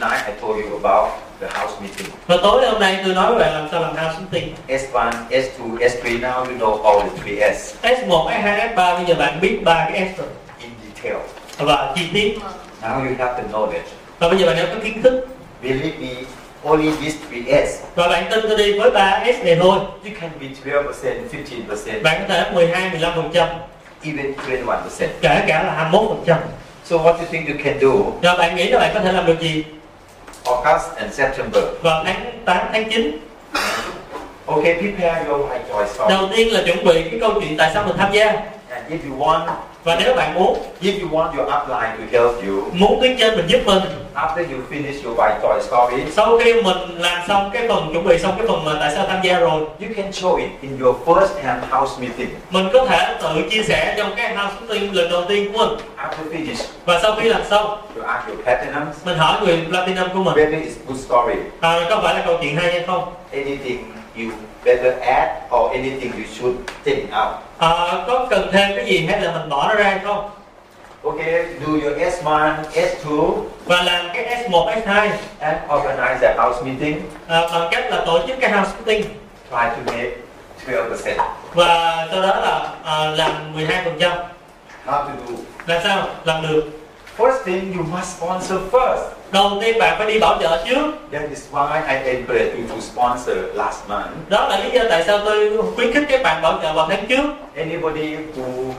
S2: Tonight I told you about the house meeting.
S3: và tối hôm nay tôi nói với bạn làm sao làm house meeting
S2: S1, S2, S3. Now you know all the three S
S3: S1, S2, S3 bây giờ bạn biết ba cái S rồi
S2: in detail.
S3: và chi tiết
S2: Now you have the knowledge.
S3: và bây giờ bạn đã có kiến thức
S2: Believe me, only these three S.
S3: và bạn tin tôi đi với ba S này thôi
S2: You can be 12%, 15%,
S3: bạn có thể 12, 15 phần trăm
S2: even 21%.
S3: kể cả là 21 phần trăm
S2: So what do you think you can do?
S3: rồi bạn nghĩ là bạn có thể làm được gì
S2: August and September.
S3: vào tháng 8, tháng 9
S2: Okay, prepare your white joy song.
S3: đầu tiên là chuẩn bị cái câu chuyện tại sao mình tham gia
S2: And if you want,
S3: và nếu bạn muốn
S2: if you want your upline to help you,
S3: muốn tuyến trên mình giúp mình
S2: after you finish your white joy story,
S3: sau khi mình làm xong cái phần chuẩn bị xong cái phần mà tại sao tham gia rồi
S2: You can show it in your first hand house meeting.
S3: mình có thể tự chia sẻ trong cái house meeting lần đầu tiên của mình
S2: After finish,
S3: và sau khi làm xong
S2: you ask your platinums
S3: mình hỏi người platinum của mình
S2: whether it's good story,
S3: à, có phải là câu chuyện hay hay không
S2: anything you better add or anything you should take out.
S3: à, có cần thêm cái gì hay là mình bỏ nó ra hay không
S2: Okay, do your S1, S2
S3: và làm cái S1, S2
S2: and organize a house meeting.
S3: à, bằng cách là tổ chức cái house meeting
S2: Try to make 12%.
S3: và sau đó là à, làm 12%
S2: How to do?
S3: là sao làm được
S2: First thing, you must sponsor first.
S3: đầu tiên bạn phải đi bảo trợ trước
S2: That is why I encourage you to sponsor last month.
S3: đó là lý do tại sao tôi khuyến khích các bạn bảo trợ vào tháng trước
S2: Anybody who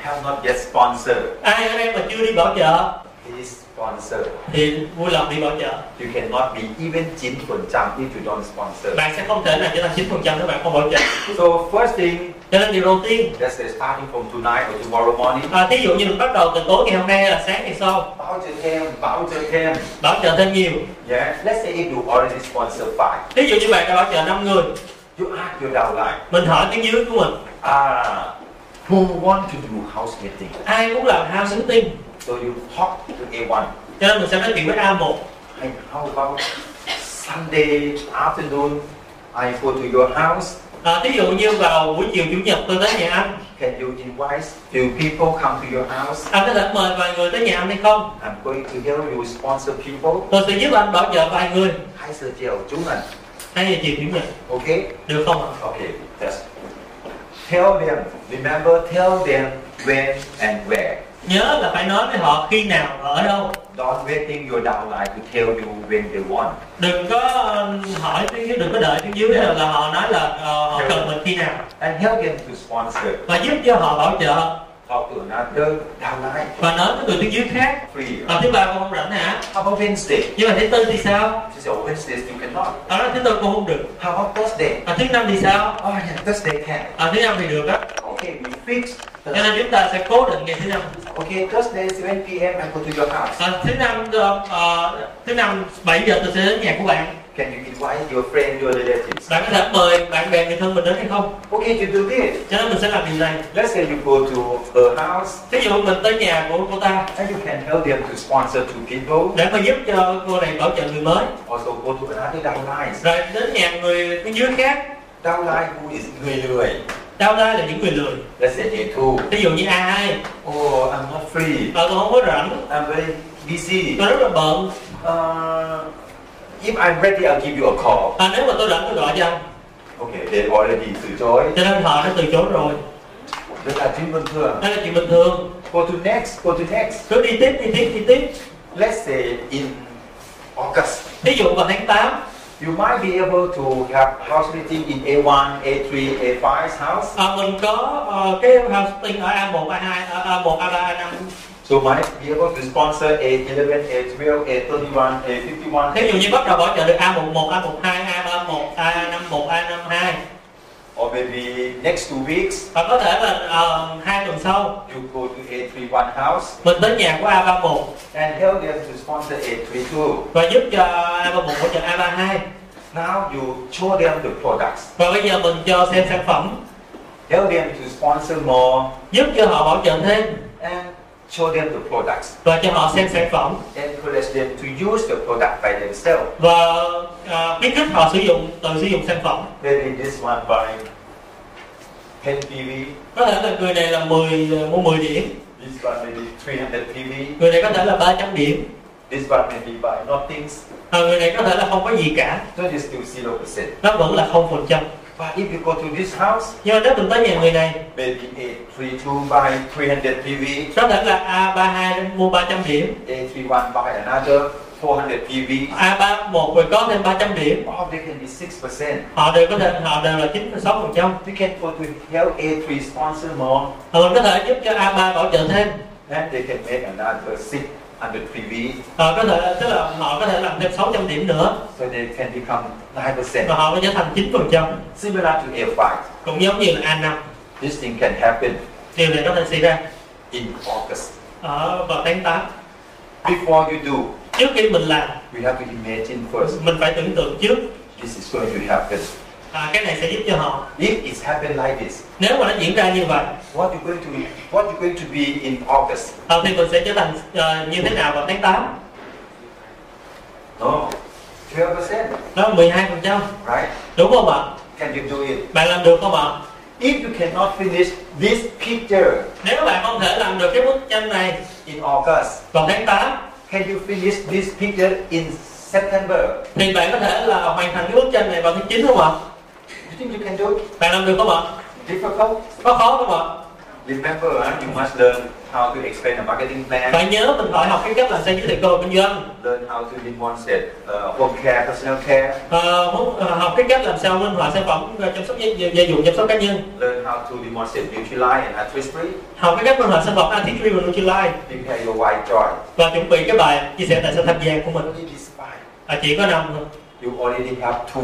S2: have not yet sponsored,
S3: ai ở đây mà chưa đi bảo trợ
S2: please sponsor.
S3: thì vui lòng đi bảo trợ
S2: You cannot be even 9% if you don't sponsor.
S3: bạn sẽ không thể nào trở thành 9 phần trăm nếu bạn không bảo trợ
S2: So first thing,
S3: cho nên điều đầu tiên
S2: let's say starting from tonight or tomorrow morning,
S3: à, thí dụ như mình bắt đầu từ tối ngày hôm nay hay là sáng ngày sau
S2: voucher them, voucher them.
S3: bảo trợ thêm nhiều
S2: Yeah. Let's say if you already sponsor five,
S3: thí dụ như bạn đã bảo trợ 5 người
S2: you ask your downline,
S3: mình hỏi tiếng dưới của mình
S2: ah, who want to do house meeting?
S3: ai muốn làm house meeting
S2: So you talk to A1.
S3: cho nên mình sẽ nói chuyện với A1
S2: Hey, how about Sunday afternoon? I go to your house.
S3: à, thí dụ như vào buổi chiều chủ nhật tôi tới nhà anh
S2: Can you invite few people come to your house?
S3: anh có thể mời vài người tới nhà anh hay không
S2: I'm going to help you sponsor people.
S3: tôi sẽ giúp anh bảo trợ vài người
S2: Hai giờ chiều chúng mình.
S3: hay là chiều chủ nhật
S2: Okay.
S3: được không ạ
S2: Okay, that's tell them. Remember, tell them when and where.
S3: nhớ là phải nói với họ khi nào ở đâu
S2: Don't waiting your downline to tell you when they want.
S3: đừng có ờ, hỏi tiếng dưới đừng có đợi tiếng dưới là, là họ nói là ờ, họ cần mình khi nào
S2: And help them to sponsor.
S3: và giúp cho họ bảo trợ
S2: talk to another downline
S3: và nói với người tuyên dưới khác
S2: free
S3: và thứ ba con không rảnh hả
S2: how about Wednesday
S3: nhưng mà thứ tư thì sao
S2: she said oh, Wednesdays you cannot
S3: ở đó thứ tư con không được
S2: how about Thursday
S3: và thứ năm thì sao
S2: oh yeah Thursday can
S3: à, thứ năm thì được á
S2: okay we fix
S3: cho nên chúng ta sẽ cố định ngày thứ năm
S2: okay Thursday 7 p.m. I go to your house
S3: à, thứ năm ờ, ờ, thứ năm 7 giờ tôi sẽ đến nhà của bạn
S2: can you invite your friend your relatives
S3: bạn có thể mời bạn bè người thân mình đến hay không
S2: okay you do this
S3: cho nên mình sẽ làm điều này
S2: let's say you go to her house
S3: thí dụ mình tới nhà của cô ta
S2: and you can help them to sponsor two people
S3: để mà giúp cho cô này bảo trợ người mới
S2: also go to another downline
S3: rồi đến nhà người tuyên dưới khác
S2: downline who is người lười
S3: đau ra là những người lười
S2: let's say they too
S3: ví dụ như a hai
S2: oh I'm not free
S3: ờ tôi không có rảnh
S2: I'm very busy
S3: tôi rất là bận
S2: Uh, if I'm ready, I'll give you a call.
S3: à, nếu mà tôi rảnh tôi gọi cho anh
S2: Okay, they already từ chối.
S3: cho nên họ đã từ chối rồi
S2: Rất là chuyện bình thường.
S3: đó là chuyện bình thường
S2: Go to next, go to next.
S3: cứ đi tiếp đi tiếp đi tiếp
S2: Let's say in August,
S3: thí dụ vào tháng 8
S2: you might be able to have house meeting in A1, A3, A5's house.
S3: à, mình có ờ, cái hosting ở A1 A2 ở A1 A3 A5
S2: So might be able to sponsor A11, A12, A31, A51.
S3: thí dụ như bắt đầu bảo trợ được A11 A12 A31 A51 A52
S2: Or maybe next two weeks,
S3: và có thể là ờ, hai tuần sau
S2: you go to A31 house
S3: mình đến nhà của A31
S2: and help them to sponsor A32.
S3: và giúp cho A31 hỗ trợ A32
S2: Now you show them the products.
S3: và bây giờ mình cho xem sản phẩm
S2: Help them to sponsor more
S3: giúp cho họ bảo trợ thêm
S2: and show them the products.
S3: và cho họ xem sản phẩm
S2: Encourage them to use the product by themselves.
S3: và à, khuyến khích họ sử dụng tự sử dụng sản phẩm
S2: Maybe this one by 10 PV,
S3: có thể là người này là 10 mua 10 điểm
S2: this one maybe 300 PV,
S3: người này có thể là 300 điểm
S2: this one maybe by nothing. So
S3: à, người này có thể là không có gì cả
S2: it is still zero percent.
S3: nó vẫn là không phần trăm
S2: But if you go to this house,
S3: nhưng mà nếu mình tới nhà người này
S2: maybe A32 by 300 PV,
S3: có thể là A32 đến mua 300 điểm
S2: A31 by another 400 PV,
S3: A31 rồi có thêm 300 điểm
S2: all Oh, they can be 6%.
S3: họ đều có thể họ đều là 96 phần trăm
S2: We can go to help A3 sponsor more
S3: mình có thể giúp cho A3 bảo trợ thêm
S2: and they can make another 600 PV
S3: Ờ, có thể tức là họ có thể làm thêm 600 điểm nữa
S2: so they can become 9%.
S3: và họ có trở thành 9 phần trăm
S2: Similar to A5,
S3: cũng giống như là A5
S2: this thing can happen
S3: điều này có thể xảy ra
S2: in August.
S3: ở vào tháng 8
S2: Before you do,
S3: trước khi mình làm
S2: we have to imagine first
S3: mình phải tưởng tượng trước
S2: this is going to happen.
S3: à, cái này sẽ giúp cho họ
S2: If it's happened like this,
S3: nếu mà nó diễn ra như vậy
S2: what you going to what you going to be in August?
S3: ờ, thì mình sẽ trở thành ờ, như thế nào vào tháng 8
S2: No, 12%,
S3: đó là 12 phần trăm
S2: right?
S3: đúng không ạ
S2: Can you do it?
S3: bạn làm được không ạ
S2: If you cannot finish this picture
S3: nếu bạn không thể làm được cái bức tranh này
S2: in August,
S3: vào tháng 8
S2: can you finish this picture in September?
S3: thì bạn có thể là hoàn thành cái bức tranh này vào tháng 9 không ạ
S2: You think you can do it?
S3: bạn làm được không ạ
S2: Difficult?
S3: có khó không ạ
S2: Remember, uh, you must learn how to explain a marketing plan,
S3: bạn nhớ mình phải học cái cách làm sao giới thiệu cơ hội kinh doanh
S2: learn how to win one's uh, home care, personal care,
S3: Ờ, muốn ờ, học cái cách làm sao minh họa sản phẩm ờ, chăm sóc gia, gia dụng chăm sóc cá nhân
S2: learn how to demonstrate Nutrilite and artistry,
S3: học cái cách minh họa sản phẩm Antitree và Nutrilite
S2: prepare your white joy.
S3: và chuẩn bị cái bài chia sẻ tại sao tham gia của mình
S2: Only this five.
S3: à, chỉ có năm thôi
S2: You already have two.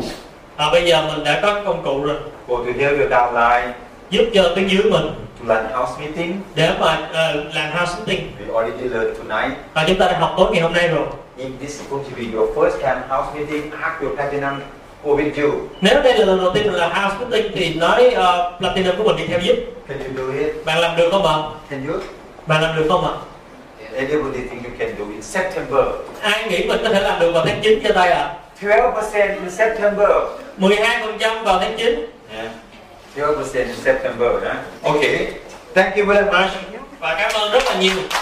S3: à, bây giờ mình đã có công cụ rồi
S2: Go to help your downline
S3: giúp cho tuyến dưới mình
S2: to run house meeting.
S3: để mà ờ, làm house sitting
S2: We already learned tonight.
S3: và chúng ta đã học tối ngày hôm nay rồi
S2: If this is going to be your first time house meeting, ask your platinum go with you.
S3: nếu đây là lần đầu tiên mình làm house sitting thì nói ờ, platinum của mình đi theo giúp
S2: Can you do it?
S3: bạn làm được không ạ
S2: Can you?
S3: bạn làm được không ạ
S2: Anybody think you can do in September?
S3: ai nghĩ mình có thể làm được vào tháng 9 cho tay ạ
S2: 12% in September.
S3: 12% vào tháng 9
S2: Yeah. 12% in September. Huh? Okay. Thank you very much.
S3: và cảm ơn rất là nhiều